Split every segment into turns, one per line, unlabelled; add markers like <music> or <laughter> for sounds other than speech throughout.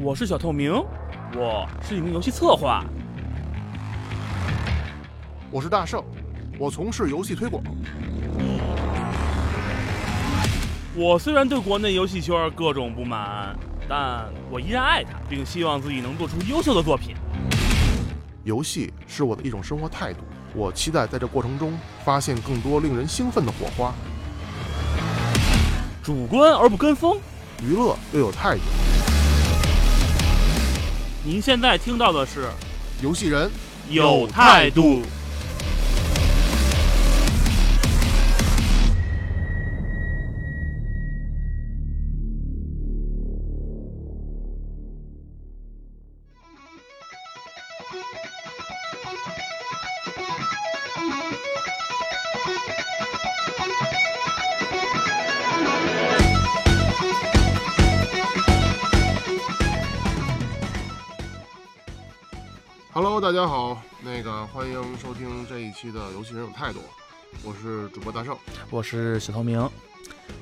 我是小透明，我是一名游戏策划。
我是大圣，我从事游戏推广。
我虽然对国内游戏圈各种不满，但我依然爱它，并希望自己能做出优秀的作品。
游戏是我的一种生活态度，我期待在这过程中发现更多令人兴奋的火花。
主观而不跟风。
娱乐又有态度，
您现在听到的是
游戏人
有态度。
Hello，大家好，那个欢迎收听这一期的《游戏人有态度》，我是主播大圣。
我是小透明。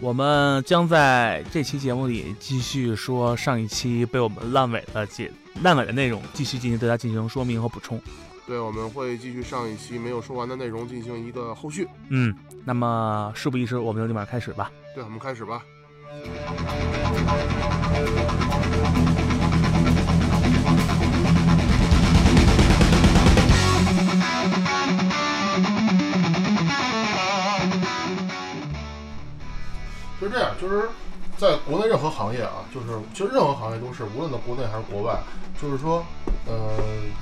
我们将在这期节目里继续说上一期被我们烂尾的解烂尾的内容，继续进行对它进行说明和补充。
对，我们会继续上一期没有说完的内容进行一个后续。
嗯，那么事不宜迟，我们就立马开始吧。
对，我们开始吧。就是这样，就是在国内任何行业啊，就是其实任何行业都是，无论在国内还是国外，就是说，呃，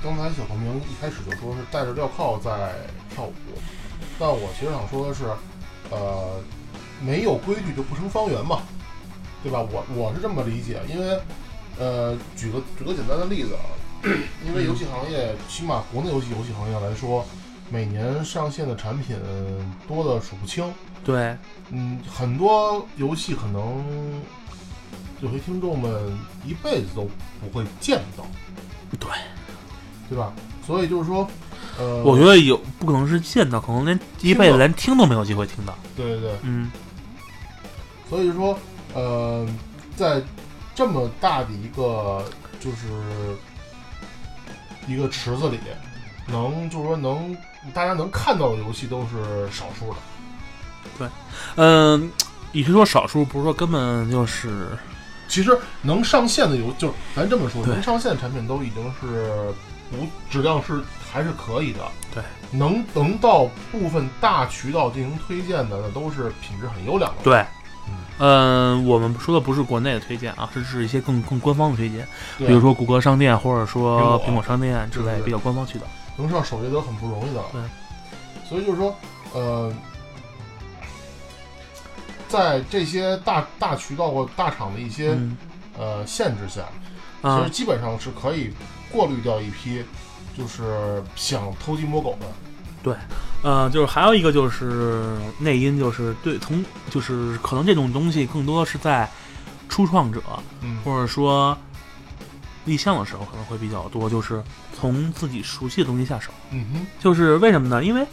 刚才小透明一开始就说是戴着镣铐在跳舞，但我其实想说的是，呃，没有规矩就不成方圆嘛，对吧？我我是这么理解，因为，呃，举个举个简单的例子啊，因为游戏行业，起码国内游戏游戏行业来说，每年上线的产品多的数不清。
对，
嗯，很多游戏可能有些听众们一辈子都不会见到，
对，
对吧？所以就是说，呃，
我觉得有不可能是见到，可能连一辈子连听都没有机会听到。
对对对，
嗯，
所以说，呃，在这么大的一个就是一个池子里，能就是说能大家能看到的游戏都是少数的，
嗯，与其说少数，不是说根本就是
其实能上线的游，就是咱这么说，
对
能上线的产品都已经是不质量是还是可以的。
对，
能能到部分大渠道进行推荐的，那都是品质很优良的。
对。嗯，我们说的不是国内的推荐啊，是指一些更更官方的推荐，
对，
比如说谷歌商店或者说
苹果
苹果商店啊之类
对对对
比较官方渠道。
能上首页都很不容易的了。
对，
所以就是说，呃，在这些大大渠道或大厂的一些、
嗯
呃限制下，其
啊
实，基本上是可以过滤掉一批就是想偷鸡摸狗的。
呃，就是还有一个就是内因，就是对从就是可能这种东西更多是在初创者
嗯，
或者说立项的时候可能会比较多，就是从自己熟悉的东西下手。
嗯哼。
就是为什么呢？因为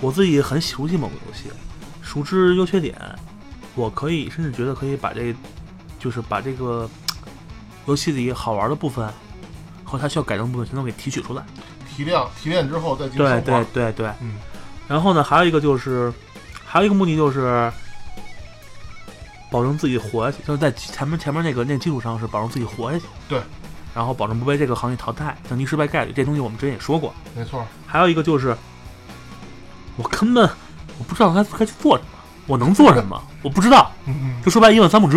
我自己很熟悉某个游戏，熟知优缺点，我可以甚至觉得可以把这就是把这个游戏里好玩的部分和它需要改正的部分全都给提取出来。
提炼提炼之后再进行
对
升华
对。对对，
嗯。
然后呢，还有一个就是，还有一个目的就是，保证自己活下去，就是在前面前面那个那基础上是保证自己活下去。
对。
然后保证不被这个行业淘汰，降低失败概率，这东西我们之前也说过。
没错，
还有一个就是，我根本我不知道该该去做什么，我能做什么，我不知道。
嗯
就说白了一问三不知。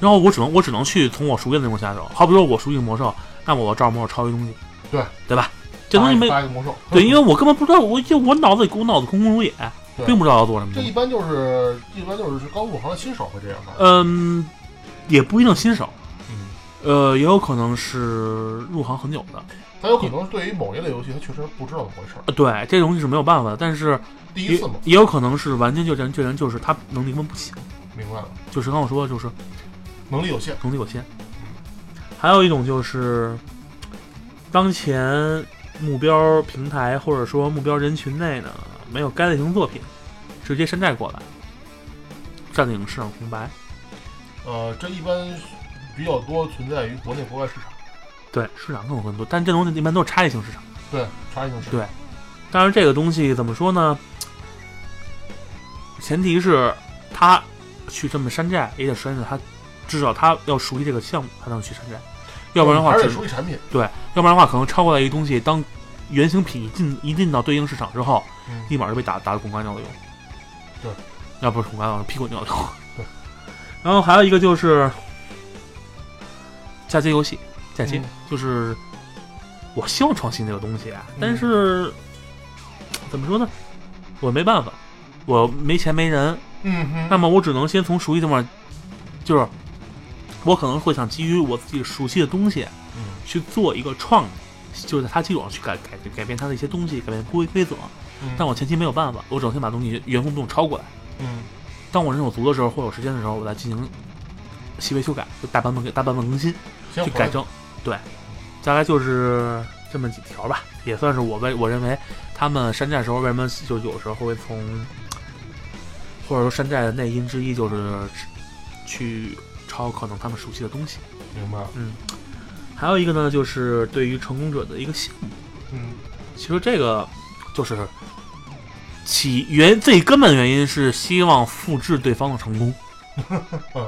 然后我只能我只能去从我熟悉的内容下手，好比说我熟悉魔兽，那么我照着魔兽抄一东西，
对
对吧？这东西没
八个魔兽，
对，因为我根本不知道，我就我脑子里我脑子空空如也
对，
并不知道要做什么
<laughs> 这
东
一
西。
般就是一般就是刚入行的新手会这样吧。
嗯，也不一定新手，
嗯，
呃，也有可能是入行很久的。
他有可能对于某一类游戏，他确实不知道怎么回事儿，
呃对，这东西是没有办法的，但是
第一
也
次嘛，
也有可能是完全就人就人就是他能力根本不行，
明白了，
就是刚我说的就是
能力有限。
能力有限。还有一种就是当前目标平台或者说目标人群内呢，没有该类型作品，直接山寨过来，占领市场空白。
呃，这一般比较多存在于国内国外市场，
对，市场更混多，但这东西一般都是差异性市场。
对，差异性市场。
对当然，这个东西怎么说呢？前提是他去这么山寨，也得首先是他至少他要熟悉这个项目，他才能去山寨，要不然的话
还
只
是
能
得熟悉产品。
对，要不然的话，可能超过来一个东西，当原型品一进一进到对应市场之后，
嗯，
立马就被打打得滚瓜尿流。
对，
要不是滚瓜尿流，屁滚尿流。
对，
<laughs> 然后还有一个就是嫁接游戏，嫁接、
嗯
就是 <laughs> 我希望创新这个东西啊，但
嗯
是、怎么说呢，我没办法，我没钱没人，
嗯哼，
那么我只能先从熟悉的地方，就是我可能会想基于我自己熟悉的东西。
嗯
去做一个创意，就是在它基础上去改改改变它的一些东西，改变规规则。
嗯，
但我前期没有办法，我只能先把东西原封不动抄过来。
嗯
当我人手足的时候，或有时间的时候，我再进行细微修改，就大版本大版本更新
先
去
回
改
来
正。对，大概就是这么几条吧，也算是我为我认为他们山寨时候为什么就有时候会从，或者说山寨的内因之一就是去抄可能他们熟悉的东西。
明白了。
还有一个呢，就是对于成功者的一个信
嗯。
其实这个就是起源最根本原因是希望复制对方的成 <laughs> 功
嗯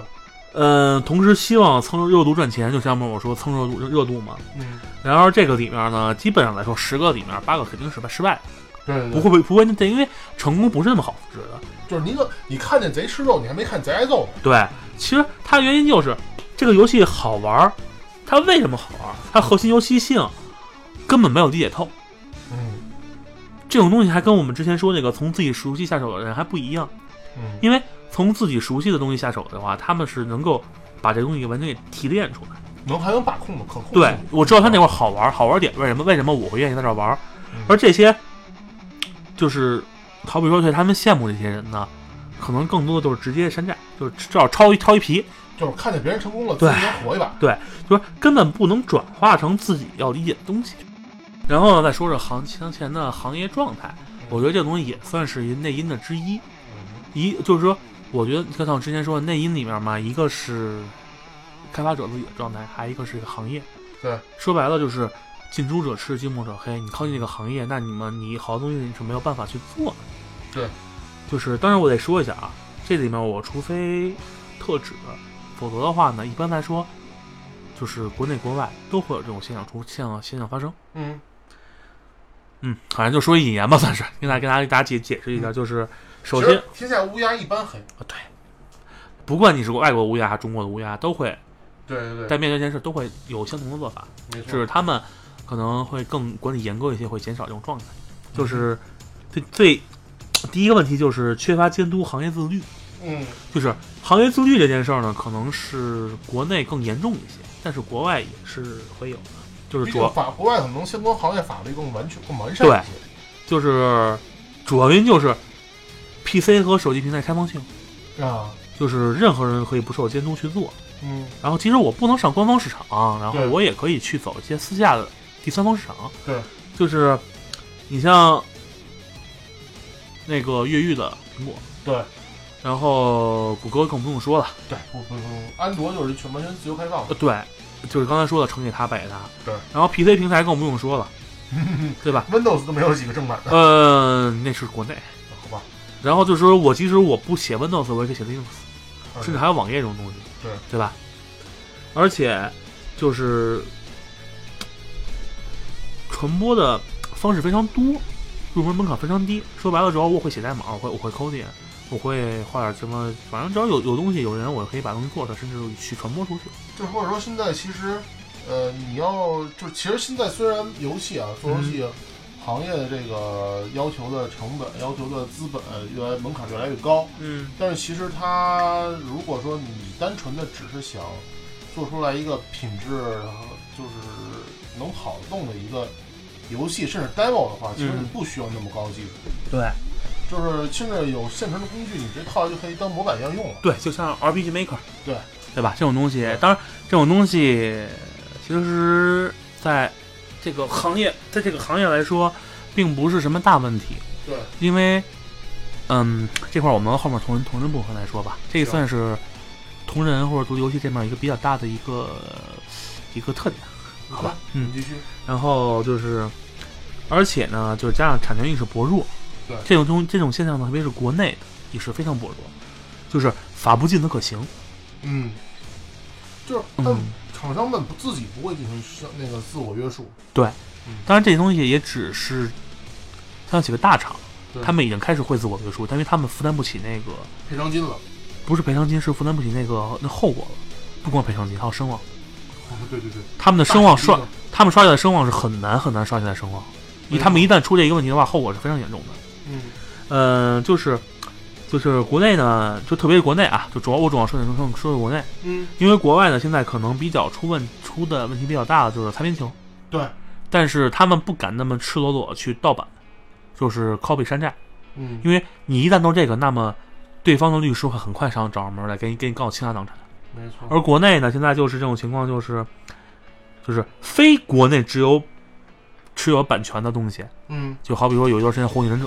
嗯，同时希望蹭热度赚钱，就像我说蹭热度热度嘛。
嗯，
然而这个里面呢，基本上来说，十个里面八个肯定是失败的，
对对对，
不会被不会对，因为成功不是那么好复制的。
就是你可你看见贼吃肉，你还没看贼挨揍呢。
对，其实它原因就是这个游戏好玩儿，它为什么好玩儿？它核心游戏性根本没有理解透。
嗯
这种东西还跟我们之前说那个从自己熟悉下手的人还不一样，
嗯
因为从自己熟悉的东西下手的话，他们是能够把这东西完全给提炼出来。
能还能把控的可控。
对，我知道他那会儿好玩，好玩点为什么？为什么我会愿意在这儿玩？
嗯
而这些，就是好比说对他们羡慕这些人呢，可能更多的就是直接山寨，就是至少抄一抄一皮，
就是看见别人成功了，自
对
己能火一把。
就是根本不能转化成自己要理解的东西。然后呢，再说说行当前的行业状态，我觉得这个东西也算是内因的之一。
嗯
一就是说，我觉得就像我之前说的内因里面嘛，一个是开发者自己的状态，还有一个是一个行业。
对，
说白了就是近朱者赤，近墨者黑。你靠近这个行业，那你们你好多东西你是没有办法去做的。
对，
就是当然我得说一下啊，这里面我除非特指，否则的话呢，一般来说，就是国内国外都会有这种现象出现象现象发生。
嗯
嗯，好像就说一言吧，算是跟大家跟大家给大家解解释一下，就是首
嗯其
先
实天下乌鸦一般黑。
啊，对，不管你是外国乌鸦还是中国的乌鸦，都会
对对对，
在面对这件事都会有相同的做法，
没错
只是他们可能会更管理严格一些，会减少这种状态。就是最最第一个问题就是缺乏监督行业自律，
嗯
就是行业自律这件事儿呢，可能是国内更严重一些，但是国外也是会有的，就是
毕
主
竟
要
法国外可能相关行业法律更完全更完善一些。
就是主要原因就是 PC 和手机平台开放性，
啊，
就是任何人可以不受监督去做。
嗯，
然后其实我不能上官方市场，然后
对
我也可以去走一些私下的第三方市场。
对，
就是你像那个越狱的苹果，
对
然后谷歌更不用说了，
对，不不不，安卓就是全完全自由开放
呃，。对，就是刚才说的成给它败给它，
对，
然后 PC 平台更不用说
<laughs>
了，对吧？
Windows 都没有几个正版的，
呃，那是国内。
好吧？
然后就是说我即使我不写 Windows，我也可以写 Linux，
嗯
甚至还有网页这种东西，
对
对吧？而且就是传播的方式非常多，入门门槛非常低。说白了之后，我会写代码，我会我会 coding，我会画点什么，反正只要有有东西有人，我可以把东西做出来，甚至去传播出去。
就是或者说现在其实，呃，你要就其实现在虽然游戏啊，做游戏行业的这个要求的成本、要求的资本呃越来门槛越来越高，
嗯，
但是其实它如果说你单纯的只是想做出来一个品质就是能跑得动的一个游戏，甚至 demo 的话，其实你
嗯
不需要那么高技术，
对
就是甚至有现成的工具，你直接套就可以当模板一样用了。
对，就像 RPG Maker，
对
对吧？这种东西，当然这种东西其实在这个行业，在这个行业来说，并不是什么大问题。
对，
因为，嗯，这块儿我们后面同人同人部分来说吧，这
行
算是同人或者独立游戏这面一个比较大的一个一个特点。好吧，嗯
你继续。
然后就是，而且呢，就是加上产权意识薄弱，
对
这种东这种现象呢，特别是国内的意识非常薄弱，就是法不禁则可行。
嗯，就是他们
嗯
厂商们不自己不会进行上那个自我约束，
当然，这些东西也只是像几个大厂
对，
他们已经开始会自我约束，但因为他们负担不起那个，
赔偿金了。
不是赔偿金，是负担不起那个那后果了。不光赔偿金，还有声望。
哦对对对，
他们的声望
大
刷
厂，
他们刷起来声望是很难很难刷起来声望，因为他们一旦出这一个问题的话，后果是非常严重的。
嗯
嗯，就是就是国内呢，就特别是国内啊，就主要我主要说的说说的国内，
嗯，
因为国外呢现在可能比较出问出的问题比较大的就是擦边球，
对，
但是他们不敢那么赤裸裸去盗版，就是 copy 山寨，
嗯
因为你一旦弄这个，那么对方的律师会很快上找上门来给你给你告倾家荡产。
没错。
而国内呢，现在就是这种情况，就是就是非国内只有持有版权的东西，
嗯
就好比说有一段时间《火影忍者》，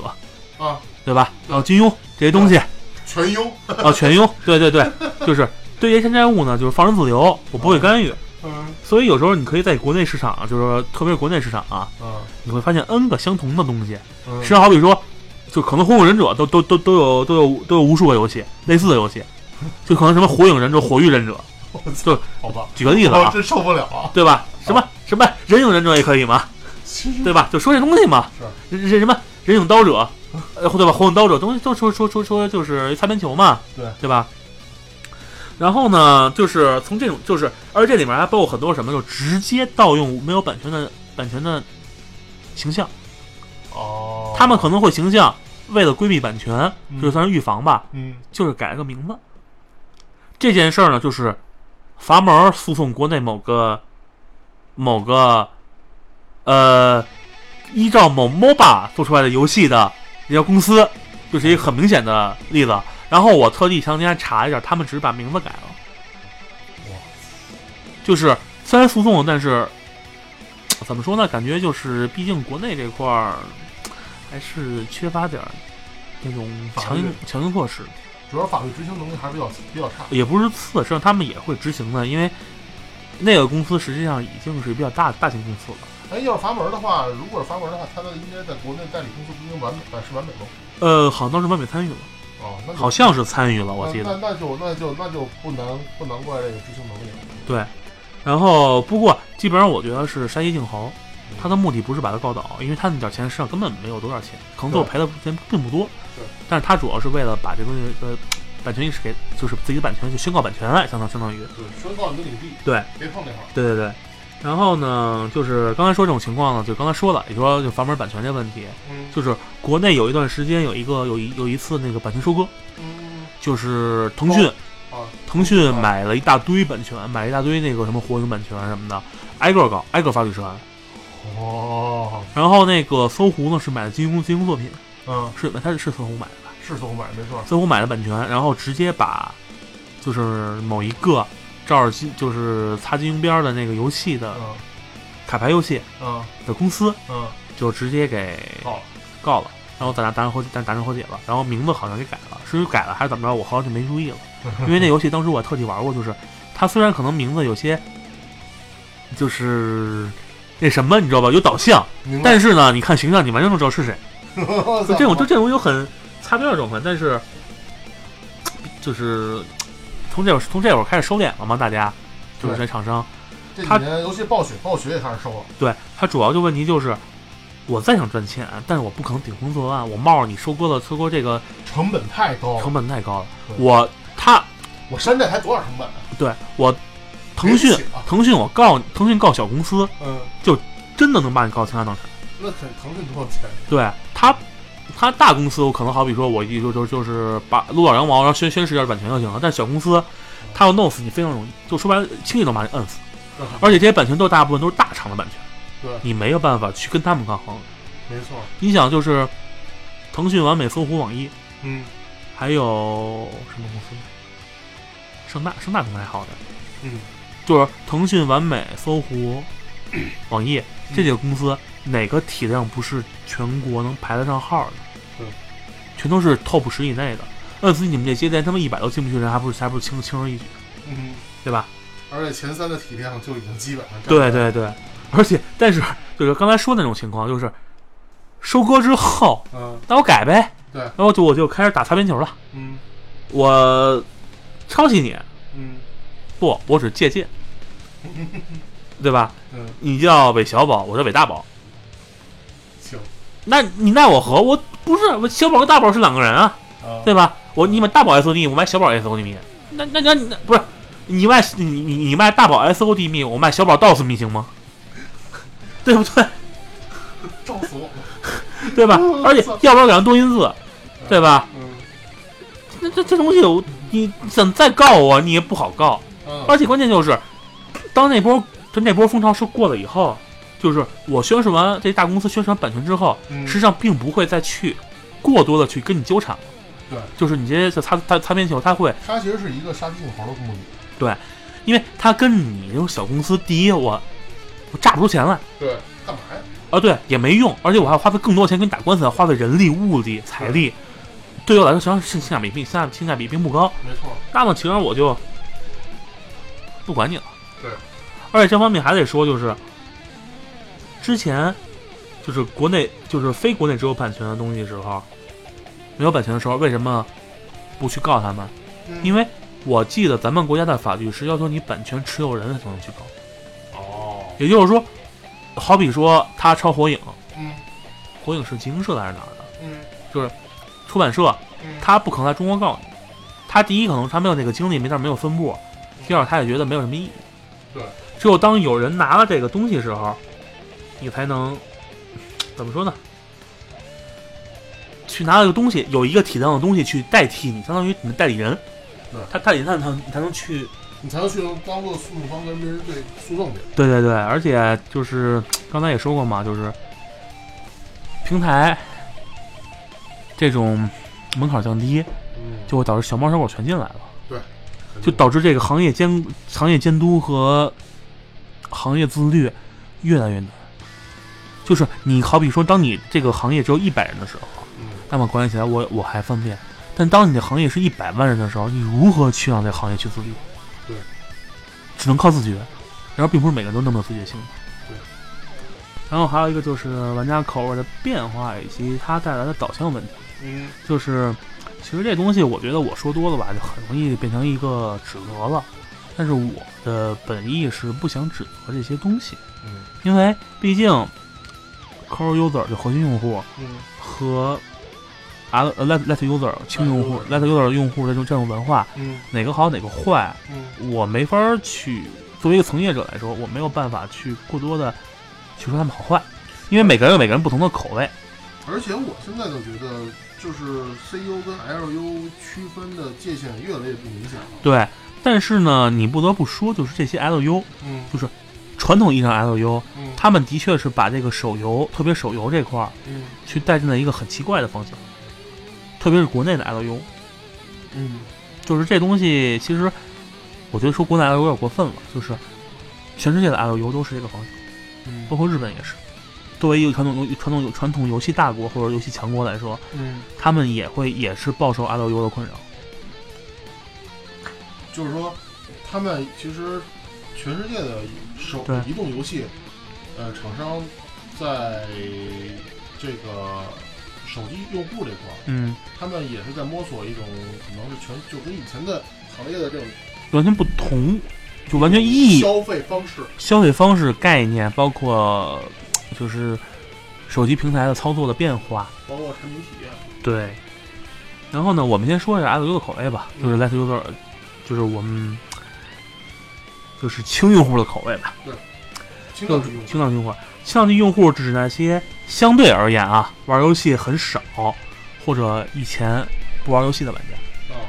啊，
对吧？然后金庸这些东西，
全优，
啊，全庸，对对对，就是对于山寨物呢，就是放任自流，我不会干预。
嗯
所以有时候你可以在国内市场，就是说特别是国内市场啊，
啊，
你会发现 N 个相同的东西，
嗯
实际上好比说，就可能《火影忍者》都都都都有都有都有无数个游戏类似的游戏，就可能什么《火影忍者》《火域忍者》，
我操
就
好吧，
举个例子
我
啊，
真受不了啊！
对吧？什么什么人影忍者也可以嘛，对吧？就说这东西嘛，人人什么人影刀者，呃，对吧？火影刀者东西都说说说说就是擦边球嘛，
对
对吧？然后呢，就是从这种，就是而这里面还包括很多什么，就直接盗用没有版权的版权的形象，
哦，
他们可能会形象为了规避版权，
嗯
就是算是预防吧，
嗯
就是改了个名字。这件事儿呢，就是阀门儿诉讼国内某个某个呃，依照某 MOBA 做出来的游戏的一个公司，就是一个很明显的例子。然后我特地前两天还查了一下，他们只是把名字改了
哇。
就是虽然诉讼，但是嘖怎么说呢？感觉就是，毕竟国内这块儿还是缺乏点儿那种
法
强
律
硬强硬措施。
主要法律执行能力还是比较比较差。
也不是次，实际上他们也会执行的，因为那个公司实际上已经是比较大大型公司了。
哎，要是阀门的话，如果是阀门的话，它的应该在国内代理公司不一定完美，呃是完美吗？
呃，好像当时完美参与了，
哦，那就
好像是参与了，我记
那
得。
那那就那就那就不难不难怪这个执行能力了。
对，然后不过基本上我觉得是杀鸡儆猴，他的目的不是把他告倒，因为他那点钱实际上根本没有多少钱，可能最后
对
赔的钱并不多
对。
但是他主要是为了把这东西呃版权意识给，就是自己的版权就宣告版权了，相当相当于。
对，宣告你的领地，
对，
别碰那块儿。
对对对。然后呢，就是刚才说这种情况呢，就刚才说了，也就说就阀门版权这问题，
嗯
就是国内有一段时间有一个有一有一次那个版权收割，
嗯
就是腾讯、
啊，
腾讯买了一大堆版权，买了一大堆那个什么火影版权什么的，挨个搞，挨个发律师函。
哦，
然后那个搜狐呢是买的金庸金庸作品，
嗯，
是它是是搜狐买的吧？
是搜买没错。
搜狐买的版权，然后直接把就是某一个照着金就是擦金庸边儿的那个游戏的
嗯
卡牌游戏
嗯
的公司
嗯，
就直接给
好，
告了，然后咱俩达成和咱达成和解了，然后名字好像给改了，至于改了还是怎么着，我好像就没注意了，因为那游戏当时我还特地玩过，就是它虽然可能名字有些就是那什么，你知道吧，有导向，
明白。
但是呢，你看形象，你完全能知道是谁，
就
就这种就这种有很擦边的状况，但是就是从这会儿从这会儿开始收敛了嘛，大家就是这厂商，
<laughs> 这几
他
年，尤其暴雪，暴雪也开始收了。
对它主要就问题就是。我再想赚钱，但是我不可能顶风作案。我冒着你收割了收割这个
成本太高
成
了，
本太高了。
哦对
我他
我山寨才多少成本啊？
对我腾讯
对不起啊，
腾讯我告腾讯告小公司，
嗯，
真的能把你告倾家荡产。
那腾腾讯多少钱？
对他，他大公司我可能好比说我一就就就是把撸到羊毛，然后宣宣示一下版权就行了。但是小公司，他要弄死你非常容易，就说白了轻易能把你摁死。
嗯 <laughs>
而且这些版权都大部分都是大厂的版权，
对
你没有办法去跟他们抗衡。
没错，
你想就是腾讯、完美、搜狐、网易，
嗯
还有什么公司？盛大，盛大可能还好点。
嗯，
就是腾讯、完美、搜
<clears throat>
狐、网
嗯
易这几个公司，哪个体量不是全国能排得上号的？
对，
全都是 top 十以内的。摁死你们这些连他们一百都进不去的人，还不如还不如轻轻而易举。
嗯，
对吧？
而且前三的体量就已经基本上占
对
了
对对，而且但是就是刚才说的那种情况，就是收割之后，
嗯
那我改呗，
对
然后就我就开始打擦边球了，
嗯
我抄袭你
嗯
不，我只借鉴，对吧？
嗯，
你叫韦小宝，我叫韦大宝，
行
那你奈我何？我不是我小宝跟大宝是两个人啊，
啊，
对吧？我你买大宝 SOD，我卖小宝 SOD 密，那那那那不是你卖你你你卖大宝 SOD 密，我卖小宝 DOS 密行吗？ <laughs> 对不对？
照死我了，
对吧
嗯？
而且
操
要不然改成多音字，对吧？
嗯
这这这东西我你想再告我，你也不好告。
嗯，
而且关键就是，当那波就那波风潮是过了以后，就是我宣传完这大公司宣传版权之后，
嗯
实际上并不会再去过多的去跟你纠缠了。
对，
就是你这些就擦擦擦边球，他会，
它其实是一个杀鸡儆猴的目的，
因为他跟你这种小公司，第一我我榨不出钱来
对，干嘛呀？
啊，对，也没用，而且我还要花费更多钱跟你打官司，花费人力、物力、财力，对我来说实际上是性价比并性价性价比并不高。
没错，
那么其实我就不管你了。
对，
而且这方面还得说，就是之前就是国内就是非国内只有版权的东西的时候，没有版权的时候，为什么不去告他们？
嗯
因为我记得咱们国家的法律是要求你版权持有人才能去告，
哦，
也就是说，好比说他抄火影，
嗯
火影是集英社的还是哪儿的
嗯
出版社，
嗯，
他不可能在中国告你。他第一可能他没有那个精力，没那儿没有分布；第二他也觉得没有什么意义。
对，
只有当有人拿了这个东西的时候，你才能怎么说呢？去拿这个东西，有一个体量的东西去代替你，相当于你的代理人。
对
他代理人，他你才能去。
你才能去当做诉讼方跟别人对诉讼去，
对对对，而且就是刚才也说过嘛，就是平台这种门槛降低，
嗯，
就会导致小猫小狗全进来了。
肯定
就导致这个行业监行业监督和行业自律越来越难。就是你好比说，当你这个行业只有一百人的时候，
嗯
那么管理起来我我还方便；但当你的行业是一百万人的时候，你如何去让这行业去自律？
对，
只能靠自觉。然后并不是每个人都那么有自觉性。
对。
然后还有一个就是玩家口味的变化以及它带来的导向问题。
嗯
就是其实这东西，我觉得我说多了吧，就很容易变成一个指责了。但是我的本意是不想指责这些东西，
嗯
因为毕竟 core user 就核心用户
嗯
和 L- 呃 let let user 轻用户 let user 用户这种这种文化，
嗯
哪个好哪个坏，
嗯
我没法儿去作为一个从业者来说，我没有办法去过多的去说他们好坏，因为每个人有每个人不同的口味。
而且我现在就觉得，就是 CU 跟 LU 区分的界限越来越不明显了。
对，但是呢，你不得不说，就是这些 LU
嗯
传统意义上 L U，
嗯
他们的确是把这个手游，特别手游这块儿，
嗯
去带进了一个很奇怪的方向，特别是国内的 L U，
嗯
就是这东西其实，我觉得说国内 L U 有点过分了，就是全世界的 L U 都是这个方向，
嗯
包括日本也是。作为一个传统游传统游传统游戏大国或者游戏强国来说，
嗯，
他们也会也是饱受 L U 的困扰。
就是说，他们其实全世界的手
对
移动游戏，呃，厂商在这个手机用户这块儿，
嗯，
他们也是在摸索一种可能是全就跟以前的行业的这种
完全不同，就完全意义
消费方式。
消费方式概念，包括呃就是手机平台的操作的变化。
包括产品体验，
对。然后呢，我们先说一下 LU 的口味吧，就是 Let User，就是我们就是轻用户的口味吧，
轻
就
量
是
级用户，
轻量级用户。轻量级用户指那些相对而言啊，玩游戏很少或者以前不玩游戏的玩家。
啊，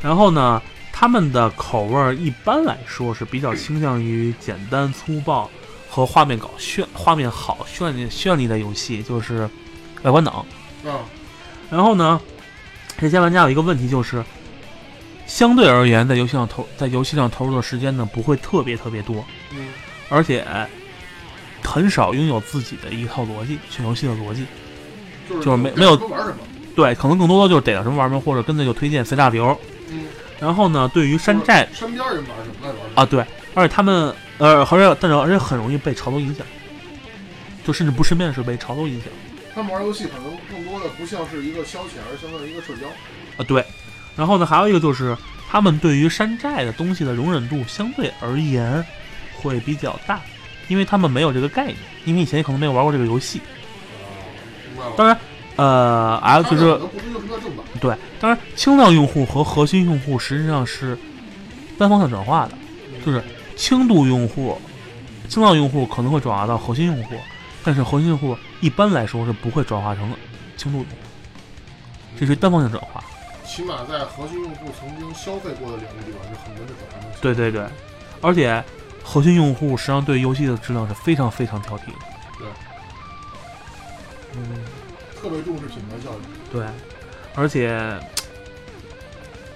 然后呢，他们的口味儿一般来说是比较倾向于简单粗暴和画面搞炫、画面好、绚丽绚丽的游戏，就是外观党。
啊，
然后呢，这些玩家有一个问题就是，相对而言，在游戏上投在游戏上投入的时间呢不会特别特别多，
嗯
而且很少拥有自己的一套逻辑，选游戏的逻辑。
就是
就是没
该
没有
什么玩什么，
对，可能更多的就是逮到什么玩什么，或者跟着就推荐随大流。
嗯
然后呢，对于山寨
身边人玩什么来玩什么
啊，对，而且他们呃，而且但是而且很容易被潮流影响，就甚至不身边的时候被潮流影响
他们玩游戏可能更多的不像是一个消遣，而相当于一个社交。
啊。对，然后呢，还有一个就是他们对于山寨的东西的容忍度相对而言会比较大，因为他们没有这个概念，因为以前可能没有玩过这个游戏。
啊明白
当
了。
然，呃，L
他
就
们
是
可能不知道什么叫正版，
对，当然轻量用户和核心用户实际上是单方向转化的。就是轻度用户、轻量用户可能会转化到核心用户，但是核心用户一般来说是不会转化成轻度用户，这是单方向转化。
起码在核心用户曾经消费过的领域里边，是很多是转化的。
对对对，而且核心用户实际上对游戏的质量是非常非常挑剔的。
对，
嗯，
特别重视品牌效应。
对，而且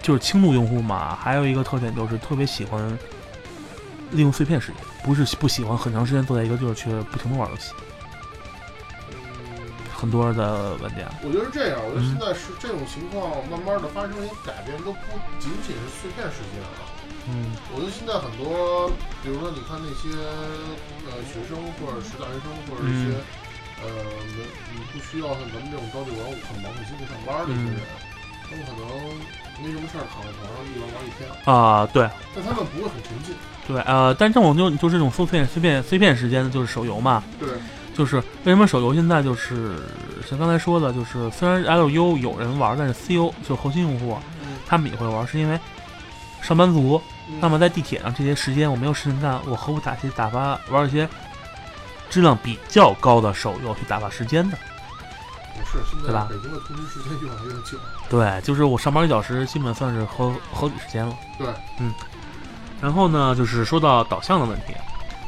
就是轻度用户嘛，还有一个特点就是特别喜欢利用碎片时间，不是不喜欢很长时间坐在一个地儿去不停的玩游戏。很多的玩家，
嗯我觉得是这样，我觉得
嗯
现在是这种情况慢慢的发生一些改变，都不仅仅是碎片时间了。
嗯，
我觉得现在很多，比如说你看那些呃学生或者是大学生或者一些、
嗯
呃没你不需要像咱们这种朝九晚五很忙很辛苦上班的一些
嗯
人，他们可能没什么事儿躺在床上一玩玩一天，
啊、对
但他们不会很沉浸。
对，呃，但这种就就是这种碎片碎片碎片时间的，就是手游嘛，
对，
就是为什么手游现在就是像刚才说的，就是虽然 LU 有人玩，但是 CU 就是核心用户啊
嗯，
他们也会玩，是因为上班族，
嗯
那么在地铁上这些时间我没有事情干，我何不打些打发玩一些质量比较高的手游去打发时间呢？
也是现
对
在
吧
北京的通勤时间越来越久。
对，就是我上班一小时，基本算是合合理时间了。
对，
嗯。然后呢，就是说到导向的问题，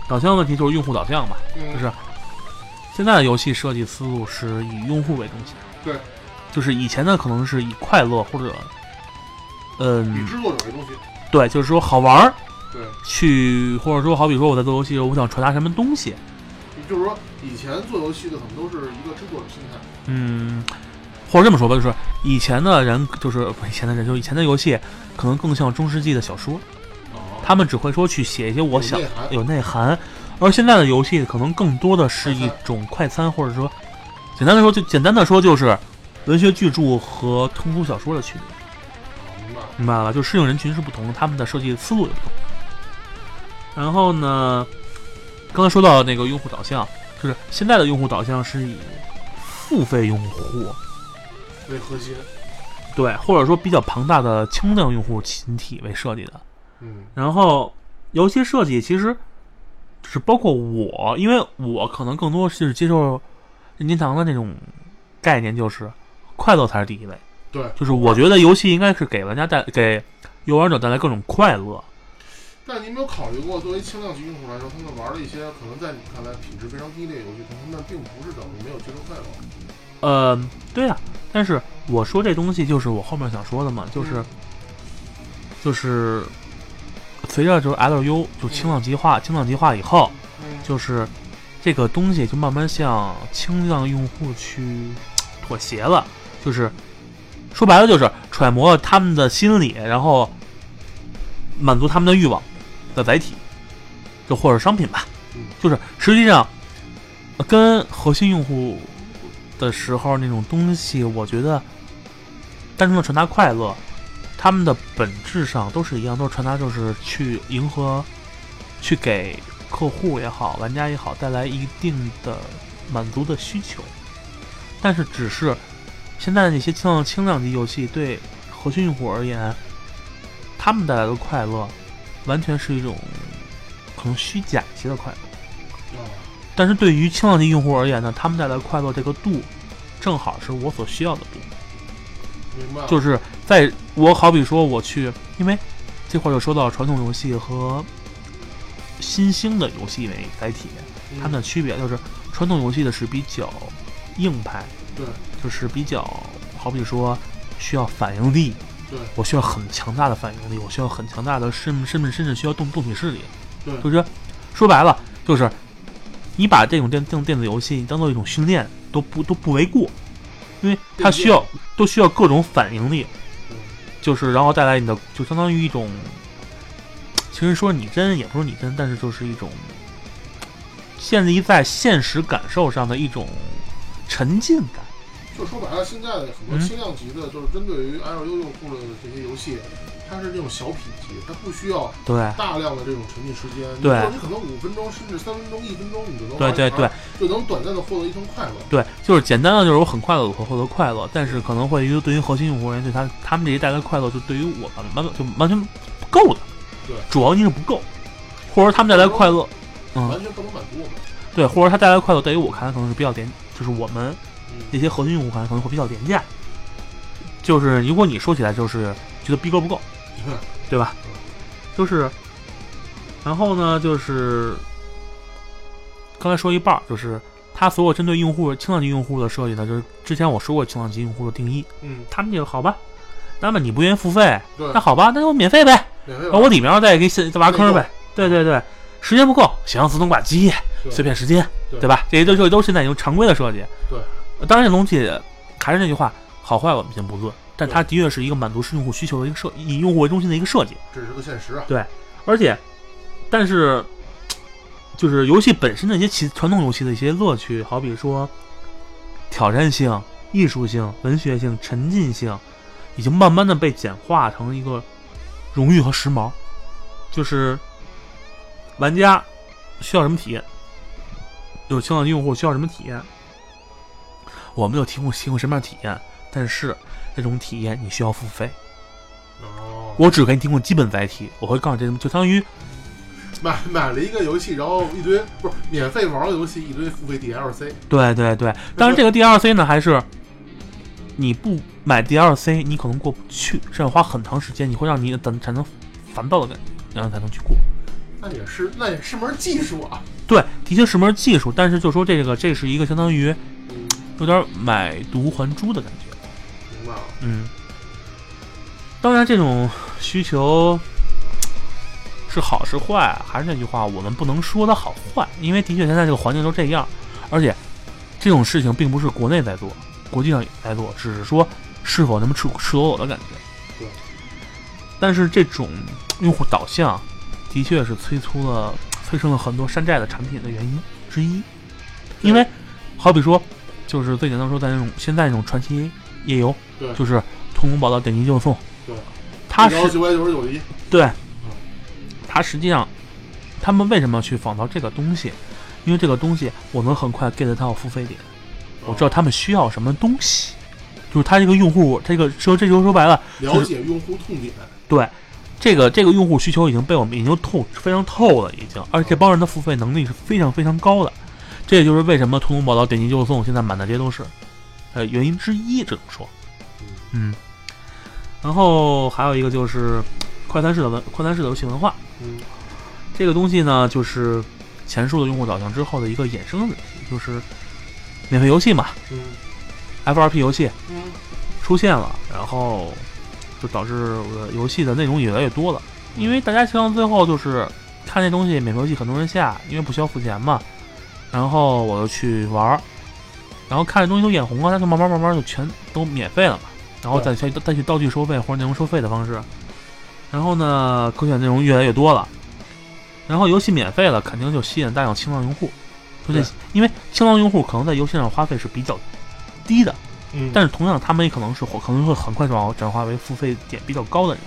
导向问题就是用户导向嘛。
嗯
是现在的游戏设计思路是以用户为中心。
对，
就是以前呢，可能是以快乐或者，
以
嗯，
制作者为中心。
对，就是说好玩儿
对。
去，或者说好比说我在做游戏的时候，我想传达什么东西，
就是说，以前做游戏的可能都是一个制作者心态，
嗯，或者这么说吧，就是以前的人，就是 <laughs> 不以前的人，就是以前的游戏，可能更像中世纪的小说，
哦
他们只会说去写一些我
有
想嗯
内涵，
有内涵，而现在的游戏可能更多的是一种快餐，或者说，简单的说就简单的说就是文学巨著和通俗小说的区别，
哦明白了？
明白了吧？就适应人群是不同的，他们的设计思路也不同。然后呢，刚才说到那个用户导向，就是现在的用户导向是以付费用户，
为核心，
对，或者说比较庞大的轻量用户群体为设计的。
嗯，
然后游戏设计其实是包括我，因为我可能更多是接受任天堂的那种概念，就是快乐才是第一位。
对
就是我觉得游戏应该是给玩家带给游玩者带来各种快乐。
但你有没有考虑过，作为轻量级用户来说，他们玩的一些可能在你看来品质非常低劣的游戏，但他们并不是等于没有接受快乐。
呃，对啊，但是我说这东西就是我后面想说的嘛，就是、就是随着就是 LU 就轻量级化，轻量级化以后，
嗯，
就是这个东西就慢慢向倾向用户去妥协了，就是说白了就是揣摩了他们的心理，然后满足他们的欲望的载体，就或者商品吧
嗯，
就是实际上呃跟核心用户的时候那种东西，我觉得单纯的传达快乐。他们的本质上都是一样，都是传达，就是去迎合，去给客户也好，玩家也好，带来一定的满足的需求。但是，只是现在那些轻量轻量级游戏对核心用户而言，他们带来的快乐，完全是一种可能虚假级的快乐。
啊，
但是对于轻量级用户而言呢，他们带来的快乐这个度，正好是我所需要的度。
明白了。
就是在我好比说我去，因为这块儿就说到传统游戏和新兴的游戏为载体，
嗯
它们的区别就是传统游戏的是比较硬派，
对，
就是比较好比说需要反应力，
对
我需要很强大的反应力，我需要很强大的甚甚至甚至需要动动体视力，
对
就是说说白了就是你把这种电这种电子游戏当做一种训练都不都不为过，因为它需要都需要各种反应力，
对
就是然后带来你的，就相当于一种，其实说拟真也不是拟真，但是就是一种建立在现实感受上的一种沉浸感。
就说白了，现在很多
嗯
轻量级的，就是针对于 L U 用户的这些游戏，它是这种小品级，它不需要
对，
大量的这种沉浸时间。你
对
或者你可能五分钟甚至三分钟、一分钟，你就能
对
玩一
对
盘
对，
就能短暂的获得一层快乐。
对，就是简单的，就是我很快乐，我会获得快乐，但是可能会于对于核心用户而言，对他他们这一代的快乐，就对于我们完就完全不够的。
对
主要一定是不够，或者说他们带来快乐，嗯
完全不能满足我们。
对，或者他带来快乐，对于我看来可能是比较廉，就是我们
嗯，
那些核心用户看来可能会比较廉价。就是如果你说起来，就是觉得逼格不够，对吧？就是，然后呢，就是刚才说一半儿，就是它所有针对用户轻量级用户的设计呢，就是之前我说过轻量级用户的定义，
嗯，
他们就好吧，那么你不愿意付费，
对
那，好吧，那就免费呗，
免费
然后
玩
我里面再给再挖坑呗，对对对，时间不够，行，自动挂机，
对
碎片时间，
对
对吧？这些都是都是现在已经常规的设计。
对
呃，当然这东西还是那句话，好坏我们先不论，但它的确是一个满足是用户需求的一个设，以用户为中心的一个设计。
这是个现实啊。
而且，但是就是游戏本身的一些其传统游戏的一些乐趣，好比说挑战性、艺术性、文学性、沉浸性，已经慢慢的被简化成一个荣誉和时髦，就是玩家需要什么体验，有轻量级用户需要什么体验，我们就提供提供什么样的体验，但是那种体验你需要付费，
哦，
我只给你提供基本载体，我会告诉你这就相当于。
买买了一个游戏，然后一堆不是免费玩儿游戏，一堆付费 DLC。
对对对，当然这个 DLC 呢，还是你不买 DLC，你可能过不去，甚至花很长时间，你会让你等产生烦躁的感觉，然后才能去过。
那也是，那也是门技术啊。
对，的确是门技术，但是就说这个，这是一个相当于
嗯，
有点买椟还珠的感觉。
明白了。
嗯，当然这种需求是好是坏，还是那句话，我们不能说它好坏，因为的确现在这个环境都这样，而且这种事情并不是国内在做，国际上也在做，只是说是否那么赤赤裸裸的感觉。
对。
但是这种用户导向的确是催促了、催生了很多山寨的产品的原因之一，因为好比说，就是最简单说，在那种现在那种传奇夜游，
对
就是通风报道，点击就送，
对，
它
幺
是
九百九十九一，
对，它实际上他们为什么要去仿造这个东西？因为这个东西我能很快 get 到付费点，我知道
啊
他们需要什么东西，就是他这个用户这个说这就说白了，
了解用户痛点。
对，这个这个用户需求已经被我们已经透非常透了，已经，而且这帮人的付费能力是非常非常高的，这也就是为什么图文报道点击就送现在满大街都是，呃，原因之一，只能说，嗯，然后还有一个就是快餐式的文快餐式的游戏文化，
嗯，
这个东西呢就是前述的用户导向之后的一个衍生的问题，就是免费游戏嘛
嗯
，FRP 游戏，
嗯
出现了，然后就导致我的游戏的内容也越来越多了。因为大家希望最后就是看这东西，免费游戏很多人下，因为不需要付钱嘛。然后我就去玩儿，然后看这东西都眼红了，那就慢慢慢慢就全都免费了嘛。然后再去再去道具收费或者内容收费的方式。然后呢，可选内容越来越多了，然后游戏免费了，肯定就吸引大量青浪用户。就这
对，
因为青浪用户可能在游戏上花费是比较低的，
嗯
但是同样，他们也可能是火可能会很快转转化为付费点比较高的人。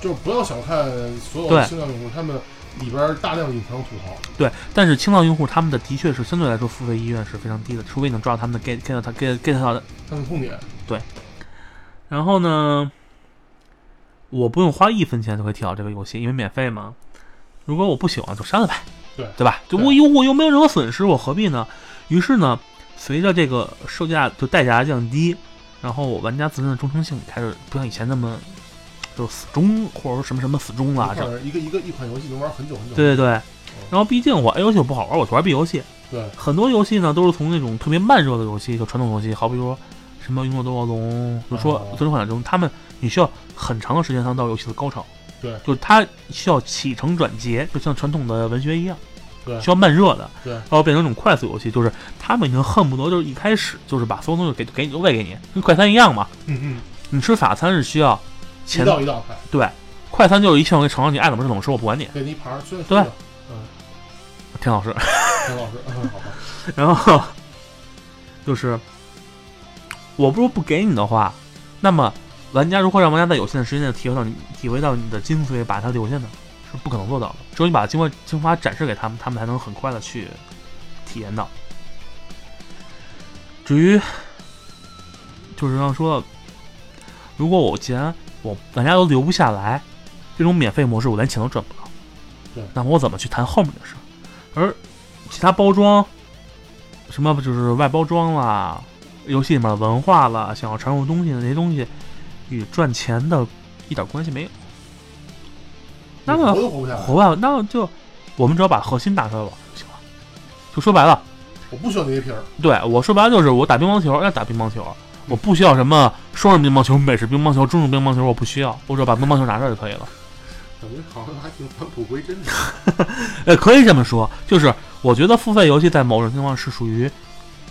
就是不要小看所有
对
的新浪用户，他们里边儿大量隐藏吐槽。
对，但是青藏用户他们的的确是相对来说付费意愿是非常低的，除非能抓到他们的 get get 到他 get get 到的。
他们痛点，
然后呢，我不用花一分钱就可以踢到这个游戏，因为免费嘛。如果我不喜欢就删了呗，
对
对吧？就
对
我又我又没有任何损失，我何必呢？于是呢，随着这个售价就代价降低，然后玩家自身的忠诚性也开始不像以前那么就死忠或者说什么什么死忠了，
一
啊这
款一个一个一款游戏能玩很久很久。
对对对，然后毕竟我 A 游戏我不好玩，我就玩 B 游戏。
哦对，
很多游戏呢都是从那种特别慢热的游戏，就传统游戏，好比说什么《勇者斗恶龙》，就说
哦
《最终幻想中》，他们你需要很长的时间才能到游戏的高潮。
对
就是它需要起承转结，就像传统的文学一样，
对
需要慢热的，
对
然后变成那种快速游戏，就是他们已经恨不得就是一开始就是把所有东西给给你都喂给你，跟快餐一样嘛。
嗯嗯，
你吃法餐是需要
一
前
道一道排，
对，快餐就是一系统给你盛上，你爱怎么吃怎么吃，我不管你，
给你一盘儿，虽然
对
是，嗯，
挺好吃。
陈老师，嗯，好吧，
然后就是，我不如不给你的话，那么玩家如何让玩家在有限的时间内体会到你体会到你的精髓，把它留下呢？是不可能做到的。只有你把精华精华展示给他们，他们才能很快的去体验到。至于就是要说，如果我既然我玩家都留不下来，这种免费模式我连钱都赚不到，
对
那么我怎么去谈后面的事儿？而其他包装，什么就是外包装啦，游戏里面的文化啦，想要传入东西的那些东西，与赚钱的一点关系没有。 <laughs> 那么
活都活不下来，
活吧，那就我们只要把核心打出来玩就行了。就说白了，
我不需要那些皮儿，
对我说白了就是我打乒乓球要打乒乓球，我不需要什么双人乒乓球、美式乒乓球、中式乒乓球，我不需要，我只要把乒乓球拿出来就可以了。
感觉好像还挺返璞归真的。
呃，可以这么说，就是我觉得付费游戏在某种情况是属于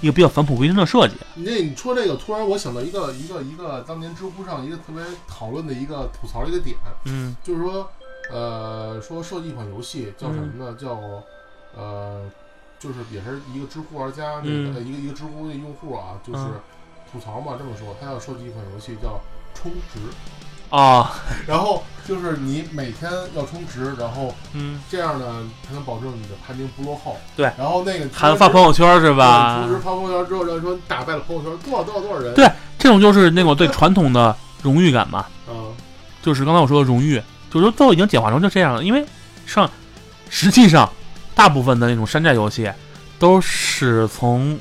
一个比较返璞归真的设计。
你这你说这个，突然我想到一个一个一个当年知乎上一个特别讨论的一个吐槽的一个点，
嗯
就是说，呃，说设计一款游戏叫什么呢？
嗯
叫呃，就是也是一个知乎玩家那
嗯
个、呃一个一个知乎的用户啊，就是
嗯
吐槽嘛，这么说，他要设计一款游戏叫充值，
啊，
然后就是你每天要充值，然后
嗯，
这样呢才能保证你的排名不落后。
对
然后那个
还发朋
友
友圈是
是
吧
充？值发朋友圈之后，然后说你打败了朋友圈多少多少多少人，
对这种就是那种对传统的荣誉感嘛。
嗯。
就是刚才我说的荣誉，就是说最后已经简化成就这样了。因为上实际上大部分的那种山寨游戏都是从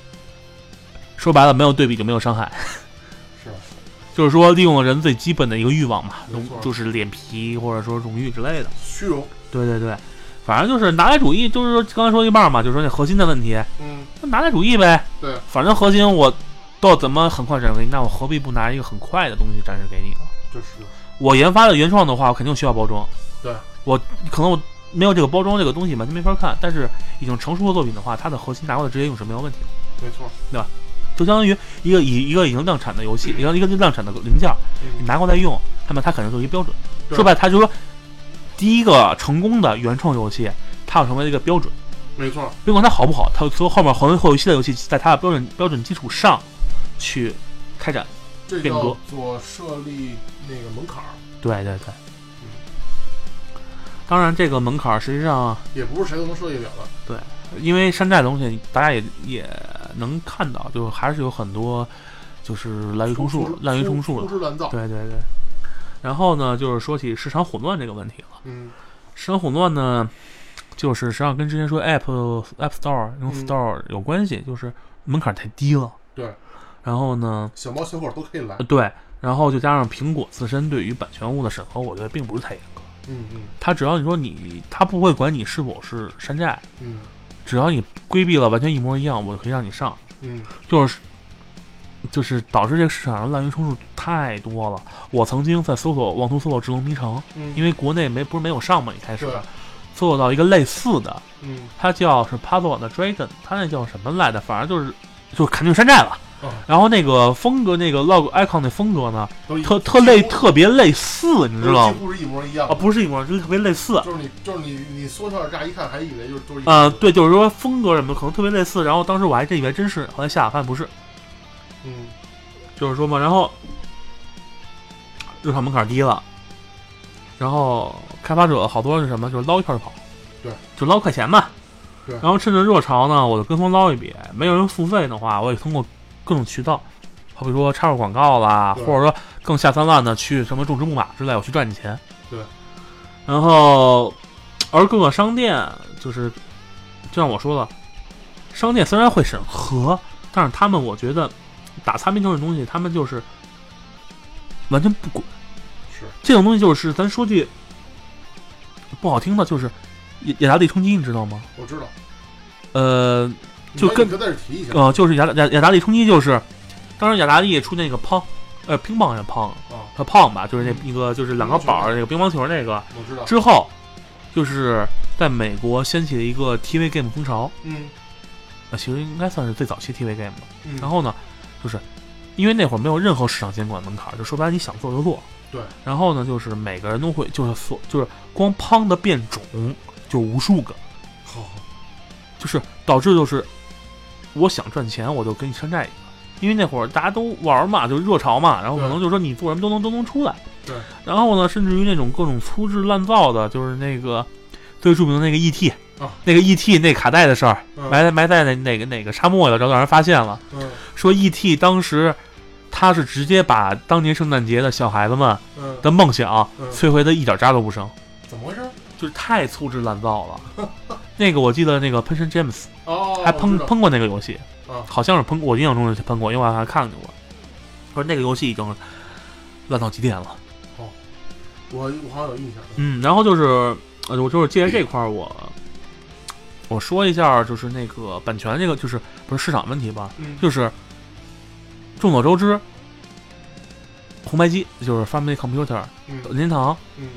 说白了没有对比就没有伤害， <laughs>
是，
就是说利用了人最基本的一个欲望嘛，
没错
就是脸皮或者说荣誉之类的。
虚荣，
对对对，反正就是拿来主义，就是说刚才说一半嘛，就是说那核心的问题，
嗯，
那拿来主义呗。
对，
反正核心我到怎么很快展示给你，那我何必不拿一个很快的东西展示给你呢？
这是
我研发的原创的话，我肯定需要包装。
对，
我可能我没有这个包装这个东西嘛，就没法看。但是已经成熟的作品的话，它的核心拿过来直接用是没有问题的。
没错。
就相当于一个以一个已经量产的游戏，一个一个量产的零件，你
嗯
拿过来用，那么它肯定就是一个标准。
对
说白了，它就是说第一个成功的原创游戏，它要成为一个标准。
没错，
别管它好不好，它所有后面后后游戏的游戏，在它的标准标准基础上去开展。
这
变
叫
革
做设立那个门槛儿，
对对对。
嗯
当然，这个门槛儿实际上
也不是谁都能设计了的。
因为山寨的东西，大家也也能看到，就还是有很多就是滥竽充数、滥竽充数
粗
的。
制滥造。
对对对。然后呢，就是说起市场混乱这个问题了。
嗯，
市场混乱呢，就是实际上跟之前说 App App Store 那种
嗯
Store 有关系，就是门槛太低了。
对。
然后呢，
小猫小狗都可以来
呃。对，然后就加上苹果自身对于版权物的审核，我觉得并不是太严格。
嗯嗯
他只要你说你，他不会管你是否是山寨，
嗯
只要你规避了完全一模一样，我就可以让你上。
嗯，
就是就是导致这个市场上滥竽充数太多了。我曾经在搜索妄图搜索《智龙迷城》，
嗯
因为国内没不是没有上嘛，一开始
对
搜索到一个类似的，
嗯
它叫是 Puzzle 的 Dragon，它那叫什么来的？反正就是就是肯定山寨了。
哦
然后那个风格，那个 log icon 那风格呢，
都一
特特类
几乎
特别类似，你知道吗
都几？乎是一模一样
啊，
的。
不是一模，就是特别类似。
就是你就是你你缩小乍一看还以为就是就是一
呃，，对，就是说风格什么的可能特别类似。然后当时我还真以为真是，后来下来发现不是。
嗯
就是说嘛，然后入场门槛低了，然后开发者好多是什么，就是捞一块儿跑，
对，
就捞快钱嘛，
对
然后趁着热潮呢，我就跟风捞一笔，没有人付费的话，我也通过各种渠道，好比说插入广告啦，
对
或者说更下三滥的去什么种植木马之类，我去赚你钱，
对，
然后而各个商店就是，就像我说的，商店虽然会审核，但是他们我觉得打擦边球这东西，他们就是完全不管。
是
这种东西就是咱说句不好听的，就是雅雅达利冲击，你知道吗？
我知道。
呃就
你
跟
你搁在这提一下
呃，就是雅达雅雅达利冲击，就是当时雅达利出那个胖，呃，乒乓也胖，
啊，
他胖吧，就是那一个就是两个板儿那个乒乓球那个
我知道。
之后，就是在美国掀起了一个 TV game 风潮，
嗯
呃，其实应该算是最早期 TV game 了。
嗯，
然后呢，就是因为那会儿没有任何市场监管门槛儿，就说白了你想做就做。
对对，
然后呢，就是每个人都会，就是所就是光胖的变种就无数个，
好，
就是导致就是我想赚钱，我就给你山寨一个，因为那会儿大家都玩嘛，就热潮嘛，然后可能
对
就说你做什么都能都能出来。
对。
然后呢，甚至于那种各种粗制滥造的，就是那个呃最著名的那个 ET，、
啊
那个 ET 那卡带的事儿，
嗯
埋在埋在哪哪个哪个沙漠里了，然后让人发现了，
嗯
说 ET 当时。他是直接把当年圣诞节的小孩子们
嗯，
的梦想
嗯
摧毁的一点渣都不剩，
怎么回事？
就是太粗制滥造了。
<laughs>
那个我记得那个喷神 James
哦，
还
我
喷
知道
喷过那个游戏，
啊
好像是喷过，我印象中是喷过，因为我还看见过。说那个游戏已经烂到极点了。
我我好像有印象。
嗯，然后就是呃，我就是借着这块儿，我我说一下，就是那个版权这个，就是不是市场问题吧？
嗯
就是众所周知，红白机就是 Family Computer
嗯
任天堂，
嗯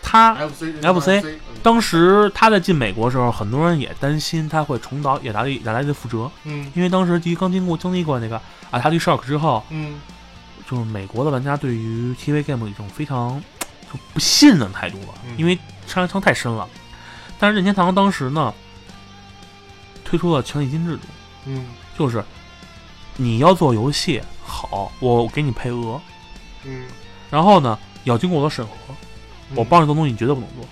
它
，FC
FC
当
当时他在进美国的时候，很多人也担心他会重蹈雅达利雅达利的覆辙，
嗯
因为当时刚经过经历过那个雅达利 Shock 之后，
嗯
就是美国的玩家对于 TV game 有一种非常就不信任的态度了，
嗯
因为杀人枪太深了。但是任天堂当时呢，推出了权利金制度，
嗯
就是你要做游戏好，我给你配额，
嗯，
然后呢要经过我的审核，我帮你做东西，你绝对不能做。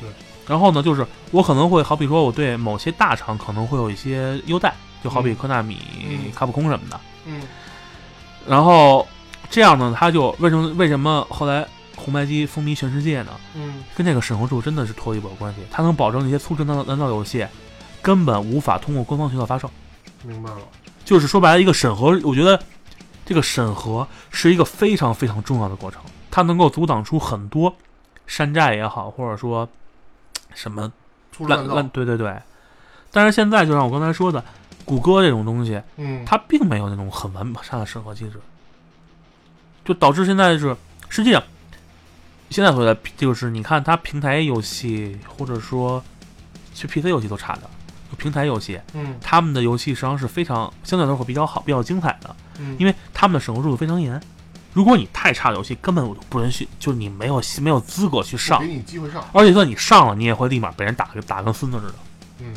对。
然后呢，就是我可能会好比说，我对某些大厂可能会有一些优待，就好比
嗯
科纳米、
嗯
卡普空什么的。
嗯
然后这样呢，他就为什么为什么后来红白机风靡全世界呢？
嗯
跟这个审核制度真的是脱离不了关系。它能保证那些粗制滥滥造游戏根本无法通过官方渠道发售。
明白了。
就是说白了，一个审核，我觉得这个审核是一个非常非常重要的过程，它能够阻挡出很多山寨也好，或者说什么
出
烂
乱
烂，对对对。但是现在就像我刚才说的，谷歌这种东西，
嗯，
它并没有那种很完善的审核机制，就导致现在是实际上现在所在就是你看它平台游戏或者说去 PC 游戏都差点儿，就平台游戏
嗯
他们的游戏实际上是非常相对来说会比较好、比较精彩的，
嗯，
因为他们的审核制度非常严。如果你太差的游戏，根本我就不允许，就是你没有没有资格去
我
上
给，你机会上，
而且就算你上了，你也会立马被人打个打跟孙子似的。
嗯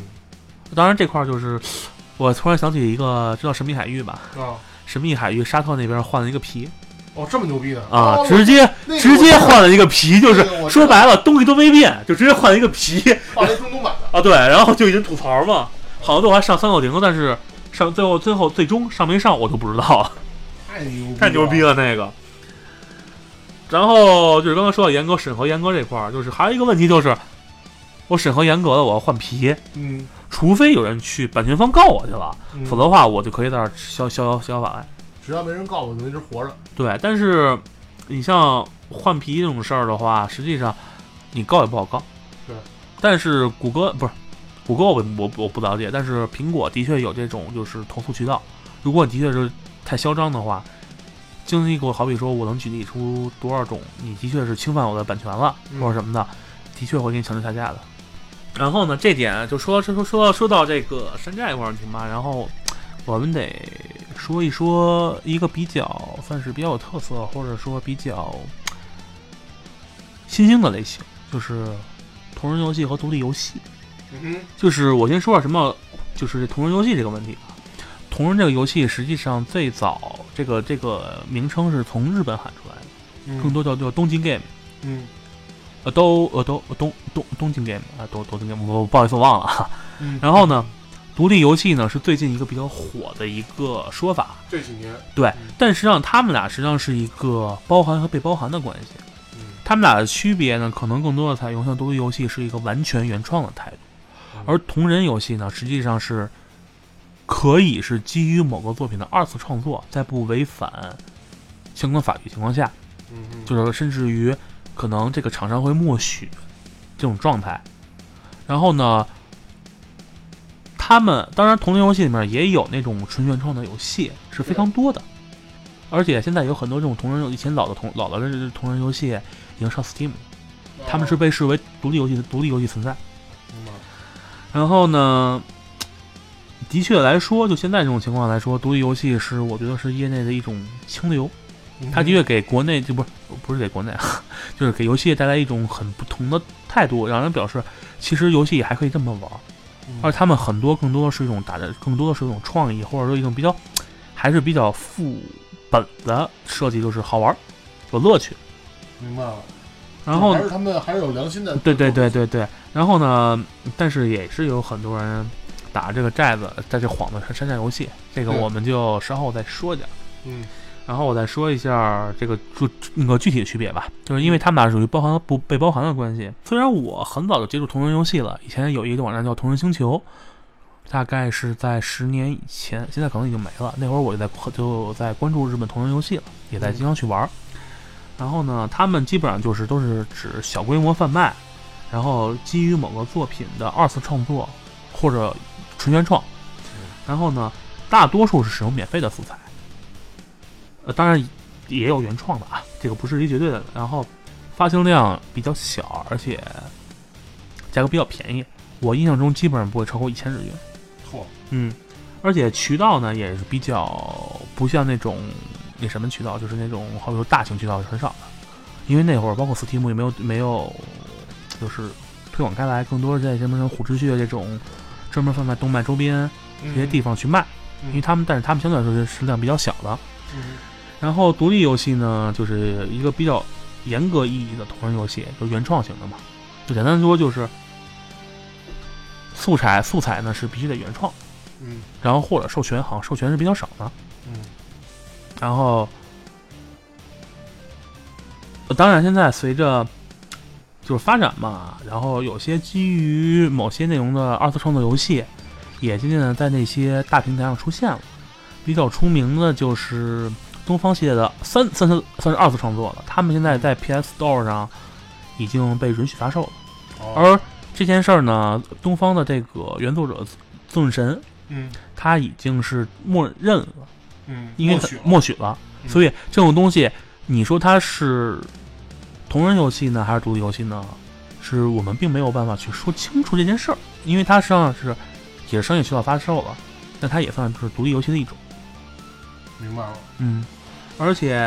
当然这块儿就是我突然想起一个，知道神秘海域吧？
啊，
神秘海域沙特那边换了一个皮
哦，这么牛逼的
啊，
哦
直接
那个
直接换了一个皮，就
我知
是
道那个我知
说
道
白了东西都没变，就直接换了一个皮
换了中东版的，
啊，对，然后就已经吐槽嘛，好像都还上三六零了，但是上最后最后最终上没上我就不知道了，
太牛
太牛逼
了，
了那个。然后就是刚才说到严格审核严格这块儿，就是还有一个问题就是，我审核严格了，我要换皮，
嗯，
除非有人去版权方告我去了，
嗯
否则的话我就可以在这儿逍逍遥逍遥法外。
只要没人告我，我就一直活着。
对，但是你像换皮这种事儿的话，实际上你告也不好告。
对。
但是谷歌不是谷歌我，我我不了解，但是苹果的确有这种就是投诉渠道。如果你的确是太嚣张的话，经历过好比说我能举例出多少种，你的确是侵犯我的版权了、
嗯
或者什么的，的确会给你强制下架的。然后呢，这点就说说说说到说到这个山寨这块儿题嘛，然后我们得说一说一个比较算是比较有特色，或者说比较新兴的类型，就是同人游戏和独立游戏。
嗯
就是我先说点什么，就是同人游戏这个问题吧。同人这个游戏实际上最早这个这个名称是从日本喊出来的，
哼，
更多叫叫东京 game，
嗯
呃都呃都呃东东东京 game 啊东东京 game，我我不好意思我忘了啊。
嗯，
然后呢，独立游戏呢是最近一个比较火的一个说法，
这几年，
但实际上他们俩实际上是一个包含和被包含的关系。
嗯，
他们俩的区别呢，可能更多的采用像独立游戏是一个完全原创的态度，而同人游戏呢，实际上是可以是基于某个作品的二次创作，在不违反相关法律情况下，
嗯嗯，
就是甚至于可能这个厂商会默许这种状态。然后呢，他们当然同人游戏里面也有那种纯原创的游戏是非常多的，而且现在有很多这种同人游以前老的同老的这同人游戏已经上 Steam，了他们是被视为独立游戏的独立游戏存在。
明白了
然后呢，的确来说，就现在这种情况来说，独立游戏是我觉得是业内的一种清流，它的确给国内就不是不是给国内啊， <laughs> 就是给游戏带来一种很不同的态度，让人表示其实游戏也还可以这么玩儿。而他们很多更多的是一种打的，更多的是一种创意，或者说一种比较还是比较副本的设计，就是好玩儿，有乐趣。
明白了。
然后
还是他们还是有良心的。
对对对对对，然后呢，但是也是有很多人打这个寨子，在这幌子山寨游戏，这个
嗯
我们就稍后再说讲。
嗯，
然后我再说一下这个具那个具体的区别吧，就是因为他们俩属于包含不被包含的关系。虽然我很早就接触同人游戏了，以前有一个网站叫同人星球，大概是在十年以前，现在可能已经没了。那会儿我就在就在关注日本同人游戏了，也在经常去玩儿。然后呢，他们基本上就是都是指小规模贩卖，然后基于某个作品的二次创作或者纯原创，然后呢，大多数是使用免费的素材。呃，当然也有原创的啊，这个不是一绝对的。然后发行量比较小，而且价格比较便宜，我印象中基本上不会超过一千日元。
嚯，
嗯，而且渠道呢也是比较不像那种那什么渠道，就是那种好比说大型渠道是很少的，因为那会儿包括 Steam 也没有没有就是推广开来，更多是在什么什么虎之穴这种专门贩卖动漫周边这
这
些地，方去卖，
嗯
因为他们但是他们相对来说是是量比较小的。
嗯
然后独立游戏呢，就是一个比较严格意义的同人游戏，就是原创型的嘛。就简单地说，就是素材素材呢是必须得原创，
嗯
然后或者授权，好像授权是比较少的。
嗯
然后，呃当然现在随着就是发展嘛，然后有些基于某些内容的二次创作游戏，也渐渐的在那些大平台上出现了。比较出名的就是东方系列的三三是算是二次创作了，他们现在
嗯
在 PS Store 上已经被允许发售了。
哦
而这件事儿呢，东方的这个原作者纵神
嗯
他已经是默认了。
嗯，
因为
默
它
许了
默许了，
嗯
所以这种东西，你说它是同人游戏呢，还是独立游戏呢？是我们并没有办法去说清楚这件事儿，因为它实际上是也是商业渠道发售了，那它也算是独立游戏的一种。
明白了。
嗯，而且，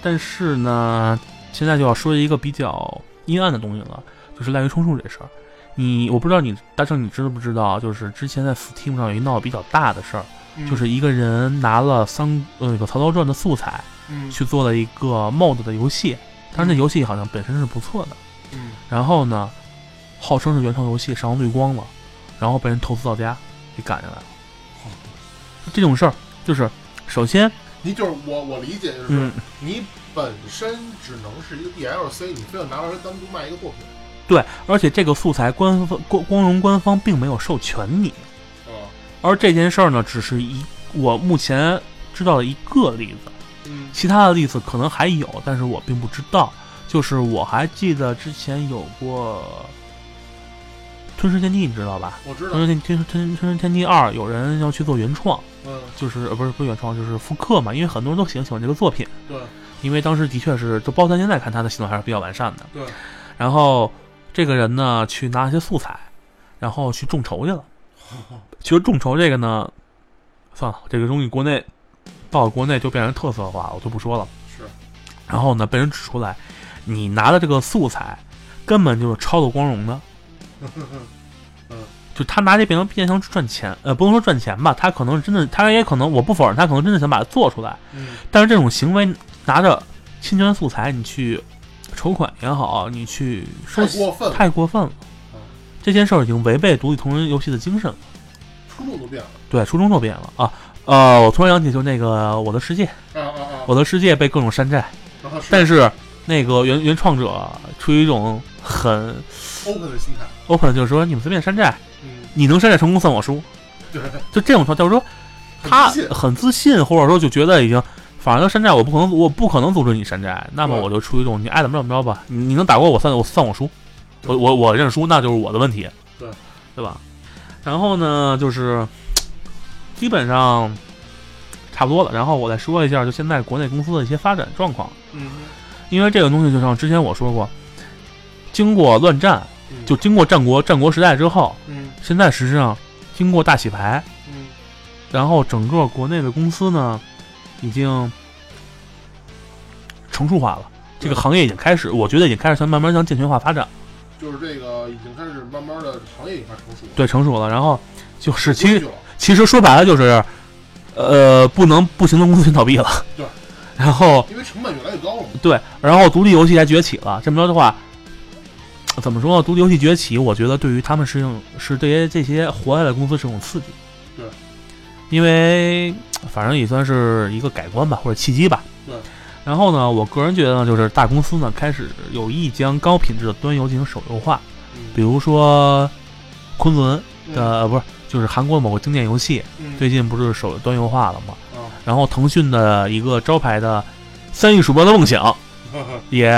但是呢，现在就要说一个比较阴暗的东西了，就是滥竽充数这事儿。你我不知道你大圣，你知不知道？就是之前在 Steam 上有一闹比较大的事儿，
嗯
就是一个人拿了三呃那个《曹操传》的素材
嗯
去做了一个 mod 的游戏，但是那游戏好像本身是不错的，
嗯
然后呢，号称是原创游戏，上绿光了，然后被人投资到家给赶下来了。这种事儿就是首先，
你就是我，我理解就是、
嗯，
你本身只能是一个 DLC，你非要拿出来单独卖一个作品，
对，而且这个素材官方光光荣官方并没有授权你，
啊，
而这件事儿呢，只是一我目前知道的一个例子。
嗯
其他的例子可能还有，但是我并不知道。就是我还记得之前有过《吞噬天地》，你知道吧？
我知
《
道
吞，噬天吞吞吞噬天地二》有人要去做原创，
嗯，
就是呃不是不是原创，就是复刻嘛。因为很多人都喜欢喜欢这个作品，
对，
因为当时的确是，就包括咱现在看它的系统还是比较完善的。
对。
然后这个人呢，去拿一些素材，然后去众筹去
<laughs>
了。其实众筹这个呢，算了，这个东西国内到国内就变成特色化，我就不说了。
是，
然后呢，被人指出来，你拿的这个素材根本就是抄的光荣的，就他拿这变成变相赚钱，呃，不能说赚钱吧，他可能真的，他也可能，我不否认，他可能真的想把它做出来，
嗯
但是这种行为拿着侵权素材，你去筹款也好，你去收
太过分了
太过分了
嗯，
这件事儿已经违背独立同人游戏的精神了，
初衷都变了，
对，初衷都变了啊。呃，我突然想起就那个《我的世界》，《
啊啊啊，
我的世界》被各种山寨，
然后是
但是那个原原创者出于一种很
open 的心态，
open，的就是说你们随便山寨，
嗯，
你能山寨成功算我输。
对，
就这种状态，就是说
很
他
自信
很自信，或者说就觉得已经，反正山寨我不可能，我不可能阻止你山寨，那么
对
我就出一种你爱怎么着怎么着吧，你你能打过我算我算我输，
对
我我我认输，那就是我的问题，
对
对吧？然后呢，就是基本上差不多了，然后我再说一下，就现在国内公司的一些发展状况，
嗯
因为这个东西就像之前我说过，经过乱战，
嗯
就经过战国战国时代之后，
嗯
现在实际上经过大洗牌，
嗯
然后整个国内的公司呢，已经成熟化了，这个行业已经开始，我觉得已经开始向慢慢向健全化发展了，
就是这个已经开始慢慢的行业已经开始成熟了，
对，成熟了。然后就是其
规
实
矩了，
其实说白了就是，呃，不能不行的公司全倒闭了，
对。
然后
因为成本越来越高了嘛。
对，然后独立游戏才崛起了。这么说的话，怎么说呢？独立游戏崛起，我觉得对于他们是一种是对于这些活下来的公司是一种刺激。
对，
因为反正也算是一个改观吧，或者契机吧。
对。
然后呢，我个人觉得呢，就是大公司呢开始有意将高品质的端游进行手游化，比
嗯
如说昆仑
嗯
的、呃不是，就是韩国某个经典游戏，
嗯
最近不是手游端游化了吗？
啊，
然后腾讯的一个招牌的《三亿鼠标的梦想》
呵呵
也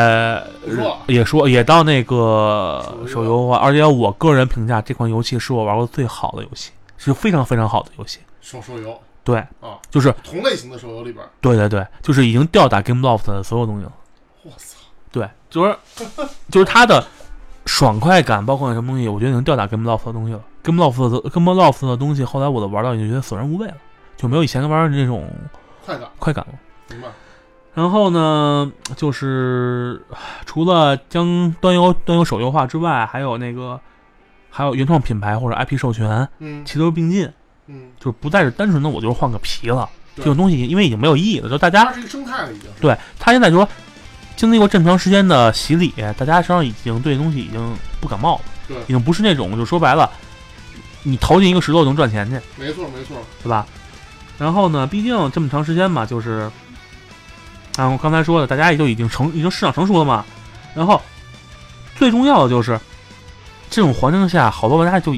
不错
也说也到那个手
手游
游化，而且我个人评价这款游戏是我玩过最好的游戏，是非常非常好的游戏。
手手游
对，
啊，
就是
同类型的手游里边，
对对对，就是已经吊打 GameLoft 的所有东西了。
我操，
对，就是就是它的爽快感，包括什么东西，我觉得已经吊打 GameLoft 的东西了。GameLoft 的 GameLoft 的东西，后来我都玩到已经觉得索然无味了，就没有以前玩的那种
快感，
快感了。
明白？
然后呢，就是唉除了将端游端游手游化之外，还有那个还有原创品牌或者 IP 授权
嗯
齐头并进，
嗯，
就是不再是单纯的我就是换个皮了，
对
这种东西因为已经没有意义了，就大
它
家
是一个生态了，已经是。
对他现在就说。经历过这么长时间的洗礼，大家实际上已经对东西已经不感冒了，
对
已经不是那种就说白了，你投进一个石头就能赚钱去，
没错没错，
对吧？然后呢，毕竟这么长时间嘛，就是，啊，我刚才说的，大家也就已经成，已经市场成熟了嘛。然后最重要的就是，这种环境下，好多玩家就，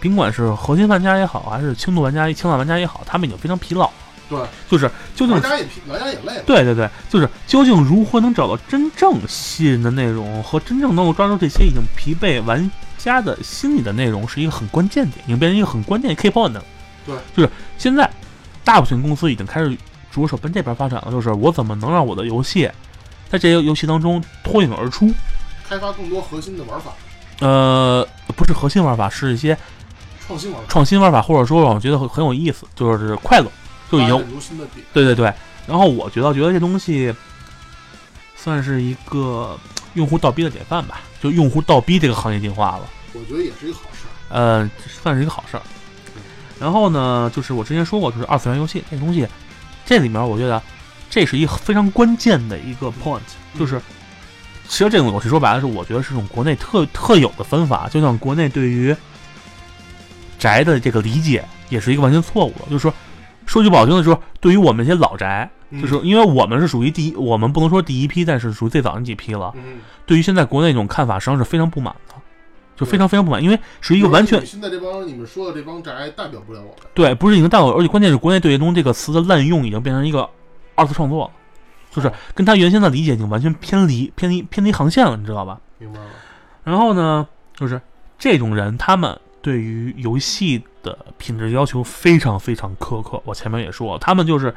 甭管是核心玩家也好，还是轻度玩家、轻量玩家也好，他们已经非常疲劳了。
对，
就是究
玩
竟，
家也疲玩家也累了。
对对对，就是究竟如何能找到真正吸引人的内容和真正能够抓住这些已经疲惫玩家的心理的内容，是一个很关键点，已经变成一个很关键的 key point 了。
对，
就是现在大部分公司已经开始着手奔这边发展了，就是我怎么能让我的游戏在这些游戏当中脱颖而出？
开发更多核心的玩法，
呃，不是核心玩法，是一些
创新玩法，
创新玩法，或者说我觉得很很有意思，就是快乐，就已
发
经
展出新的点。
对对对，然后我觉得觉得这东西算是一个用户倒逼的典范吧，就用户倒逼这个行业进化了，
我觉得也是一个好事儿。
呃，算是一个好事儿。然后呢，就是我之前说过，就是二次元游戏这个东西，这里面我觉得这是一个非常关键的一个 point，就是其实这种游戏说白了是我觉得是一种国内特特有的分法，就像国内对于宅的这个理解也是一个完全错误的，就是说说句不好听的，就是说对于我们这些老宅，
嗯
就是因为我们是属于第一，我们不能说第一批，但是属于最早那几批了。
嗯，
对于现在国内这种看法，实际上是非常不满的，就
对
非常非常不满，因为是一个完
就是
全
你现在这帮你们说的这帮宅代表不了我们。
对，不是已经到，而且关键是国内对这东这个词的滥用已经变成一个二次创作了，就是跟他原先的理解已经完全偏离偏离偏离航线了，你知道吧？
明白了，
然后呢，就是这种人，他们对于游戏的品质要求非常非常苛刻。我前面也说了，他们就是，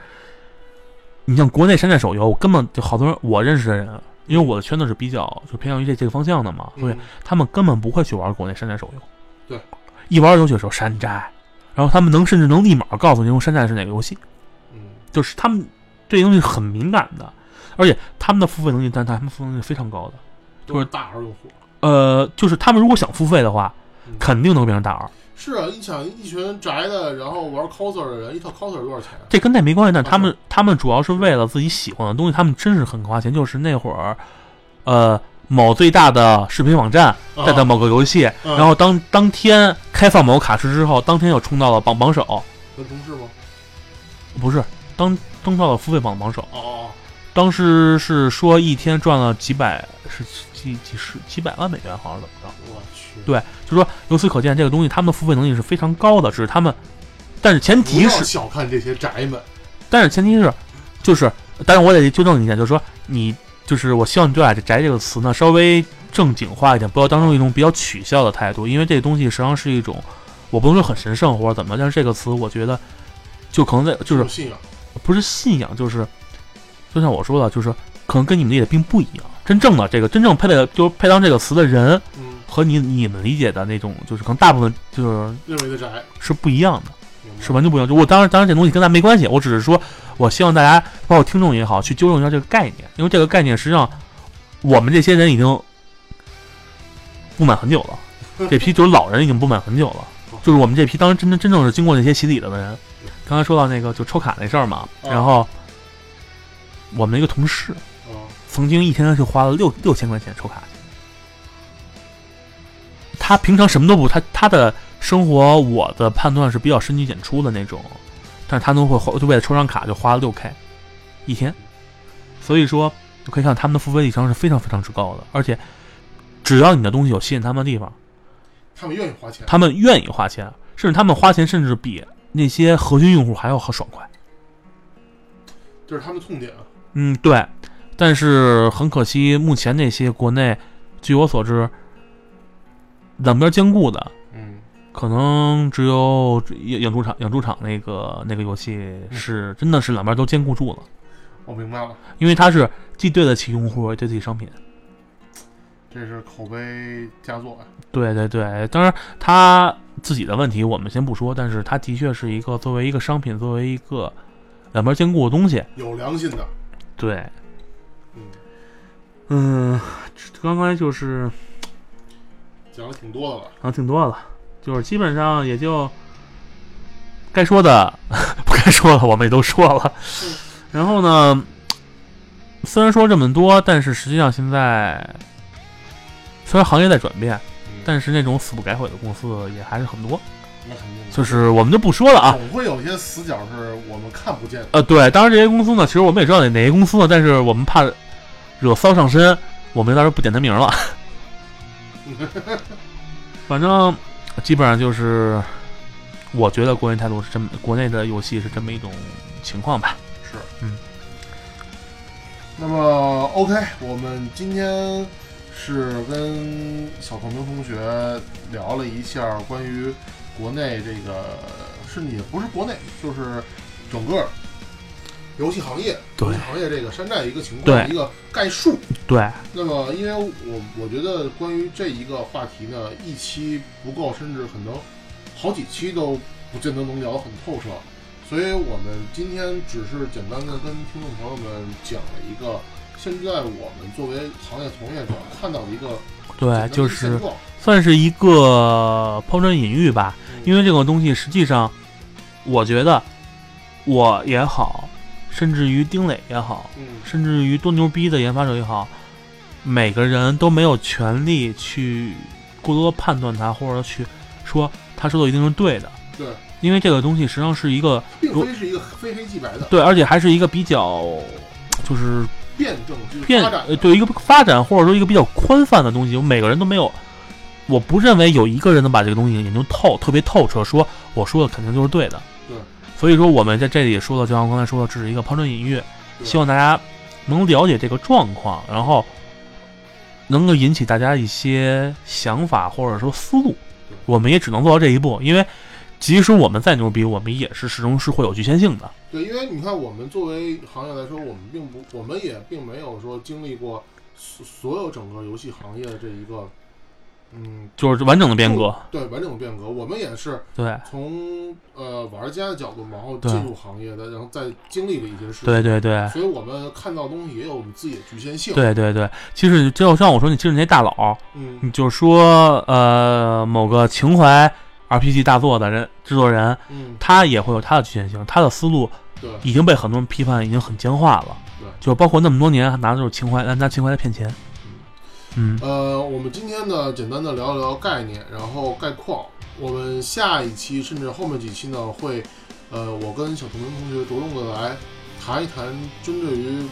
你像国内山寨手游，我根本就好多人我认识的人，因为我的圈子是比较就偏向于这这个方向的嘛，所以
嗯
他们根本不会去玩国内山寨手游。
对，
一玩游戏的时候山寨，然后他们能甚至能立马告诉你用山寨是哪个游戏，
嗯，
就是他们对东西很敏感的，而且他们的付费能力，但他们付费能力非常高的。
都是大号用户。
呃，就是他们如果想付费的话
嗯，
肯定能变成大 R。
是啊，你想一群宅的，然后玩 coser 的人，一套 coser 多少钱？
这跟那没关系，但
啊
他们他们主要是为了自己喜欢的东西，他们真是很花钱。就是那会儿，呃，某最大的视频网站
啊
带的某个游戏，
嗯
然后当当天开放某个卡池之后，当天又冲到了榜榜首，
跟同事吗？
不是当登到了付费榜榜首。
哦
当时是说一天赚了几百，是几几十几百万美元，好像怎么着
哦，？我去，
对就说由此可见，这个东西他们的付费能力是非常高的，只是他们，但是前
不
提
要
是，
小看这些宅们。
但是前提是，就是，但是我得纠正你一下，就是说你就是我希望你对“这宅”这个词呢稍微正经化一点，不要当成一种比较取笑的态度，因为这个东西实际上是一种，我不能说很神圣或者怎么，样，但是这个词我觉得就可能在就是
有信仰，
不是信仰，就是就像我说的，就是可能跟你们理解并不一样。真正的这个真正配的就是配当这个词的人
嗯，
和你你们理解的那种，就是可能大部分就是
认为的宅，
是不一样的。
明白？
是
<laughs>
完全不一样。就我当然当然这东西跟咱没关系，我只是说，我希望大家包括听众也好，去纠正一下这个概念，因为这个概念实际上我们这些人已经不满很久了，这批就是老人已经不满很久了，就是我们这批当时真真真正是经过那些洗礼的人。刚才说到那个就抽卡那事儿嘛，
嗯
然后我们一个同事
嗯，
曾经一天就花了六六千块钱抽卡去。他平常什么都不，他他的生活，我的判断是比较深居简出的那种，但是他都会花就为了抽张卡就花了六 K 一天，所以说就可以看他们的付费里程是非常非常之高的，而且只要你的东西有吸引他们的地方，
他们愿意花钱，
他们愿意花钱，甚至他们花钱甚至比那些核心用户还要好爽快。
这是他们的痛点啊。
嗯，对，但是很可惜，目前那些国内，据我所知，两边兼顾的，
嗯，
可能只有养养猪场养猪场那个那个游戏是、真的是两边都兼顾住了，
我明白了，
因为它是既对得起用户，也对得起商品。
这是口碑佳作呀、啊
对对对，当然它自己的问题我们先不说，但是它的确是一个作为一个商品，作为一个两边兼顾的东西，
有良心的。
对，
嗯，
嗯，刚刚才就是
讲了挺多的了，
啊然后挺多了，就是基本上也就 <laughs> 该说的 <laughs> 不该说的我们也都说了。 <laughs> 然后呢，虽然说这么多，但是实际上现在虽然行业在转变，
嗯、
但是那种死不改悔的公司也还是很多。
那肯定的
就是我们就不说了啊。
总会有一些死角是我们看不见的。
呃，对，当然这些公司呢，其实我们也知道哪哪些公司呢，但是我们怕惹骚上身，我们到时候不点他名了。反正基本上就是，我觉得国内态度是这么，国内的游戏是这么一种情况吧。
是，
嗯。
那么 OK，我们今天是跟小透明同学聊了一下关于国内这个，甚至也不是国内，就是整个游戏行业、
对
游戏行业这个山寨一个情况，
对
一个概述。
对，
那么，因为我我觉得关于这一个话题呢，一期不够，甚至可能好几期都不见得能聊得很透彻，所以我们今天只是简单的跟听众朋友们讲了一个现在我们作为行业从业者看到的一个简单
对，
的
就
现
是
状
算是一个抛砖引玉吧。因
为
为这个东西实际上，我觉得我也好，甚至于丁磊也好，
嗯
甚至于多牛逼的研发者也好，每个人都没有权利去过多判断他，或者去说他说的一定是对的，
对，
因为这个东西实际上是一个
并非是一个非黑即白的
对，而且还是一个比较就是
辩证就是
变
发展
呃
的
对一个发展或者说一个比较宽泛的东西，每个人都没有。我不认为有一个人能把这个东西研究透，特别透彻，说我说的肯定就是对的。
对，
所以说我们在这里说的，就像我刚才说的，只是一个抛砖引玉，
对
希望大家能了解这个状况，然后能够引起大家一些想法或者说思路
对。
我们也只能做到这一步，因为即使我们再牛逼，我们也是始终是会有局限性的。
对，因为你看，我们作为行业来说，我们并不，我们也并没有说经历过所所有整个游戏行业的这一个，嗯，
就是完整的变革，
对完整的变革。我们也是
对，
从呃玩家的角度，然后
对
进入行业的，然后再经历了一些事情，
对对对。
所以我们看到东西也有我们自己的局限
<laughs>
性。，
对对对，其实就像我说，你其实那些大佬，
嗯
你就说呃某个情怀 RPG 大作的人制作人，
嗯，
他也会有他的局限性，他的思路
对
已经被很多人批判，已经很僵化了
对。
就包括那么多年还拿着情怀，拿情怀来骗钱。嗯，
呃，我们今天呢，简单的聊一聊概念，然后概况。我们下一期甚至后面几期呢，会，呃，我跟小童同学着重的来谈一谈针对于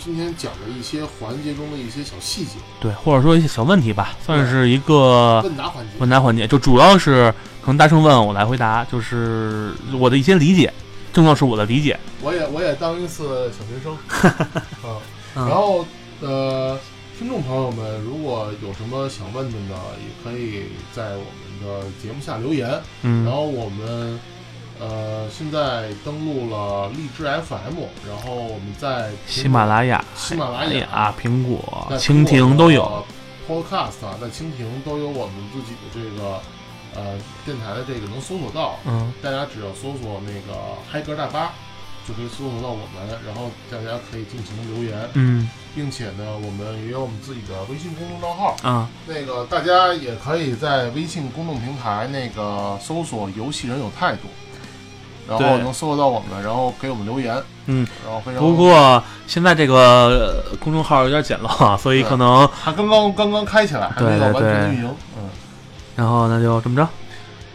今天讲的一些环节中的一些小细节，
对，或者说一些小问题吧，算是一个
问答环节。
问答环节，就主要是可能大圣问我来回答，就是我的一些理解，重要是我的理解。
我也我也当一次小学生，啊，
嗯
然后呃，听众朋友们，如果有什么想问的呢，也可以在我们的节目下留言。然
嗯，
后我们呃现在登录了荔枝 FM，然后我们在
喜马拉雅、
喜马拉
哎
雅、啊
呀、苹果、
在
蜻
苹果哦
蜓
的
都有。
Podcast 啊，在蜻蜓都有我们自己的这个呃电台的这个能搜索到，
嗯
大家只要搜索那个嗨歌大巴，就可以搜索到我们，然后大家可以尽情留言，
嗯
并且呢，我们也有我们自己的微信公众账号，
啊
那个大家也可以在微信公众平台那个搜索“游戏人有态度”，然后
对
能搜索到我们，然后给我们留言，
嗯，
然后非常
不过现在这个呃公众号有点简陋啊，所 <laughs> 以可能，
还刚刚刚刚开起来，还没有
对对
完全的
对
运营，嗯，
然后那就这么着，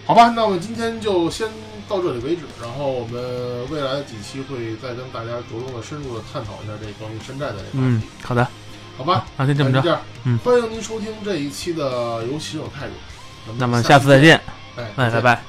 好吧，那我们今天就先到这里为止，然后我们未来的几期会再跟大家着重的深入的探讨一下这个关于山寨的这个话
嗯
题，，
好的，
好吧，
那先这么
那
着，
就这样，
嗯
欢迎您收听这一期的《游戏人有态度》，
那么下次再，见，
哎，
哎，
再
拜。拜。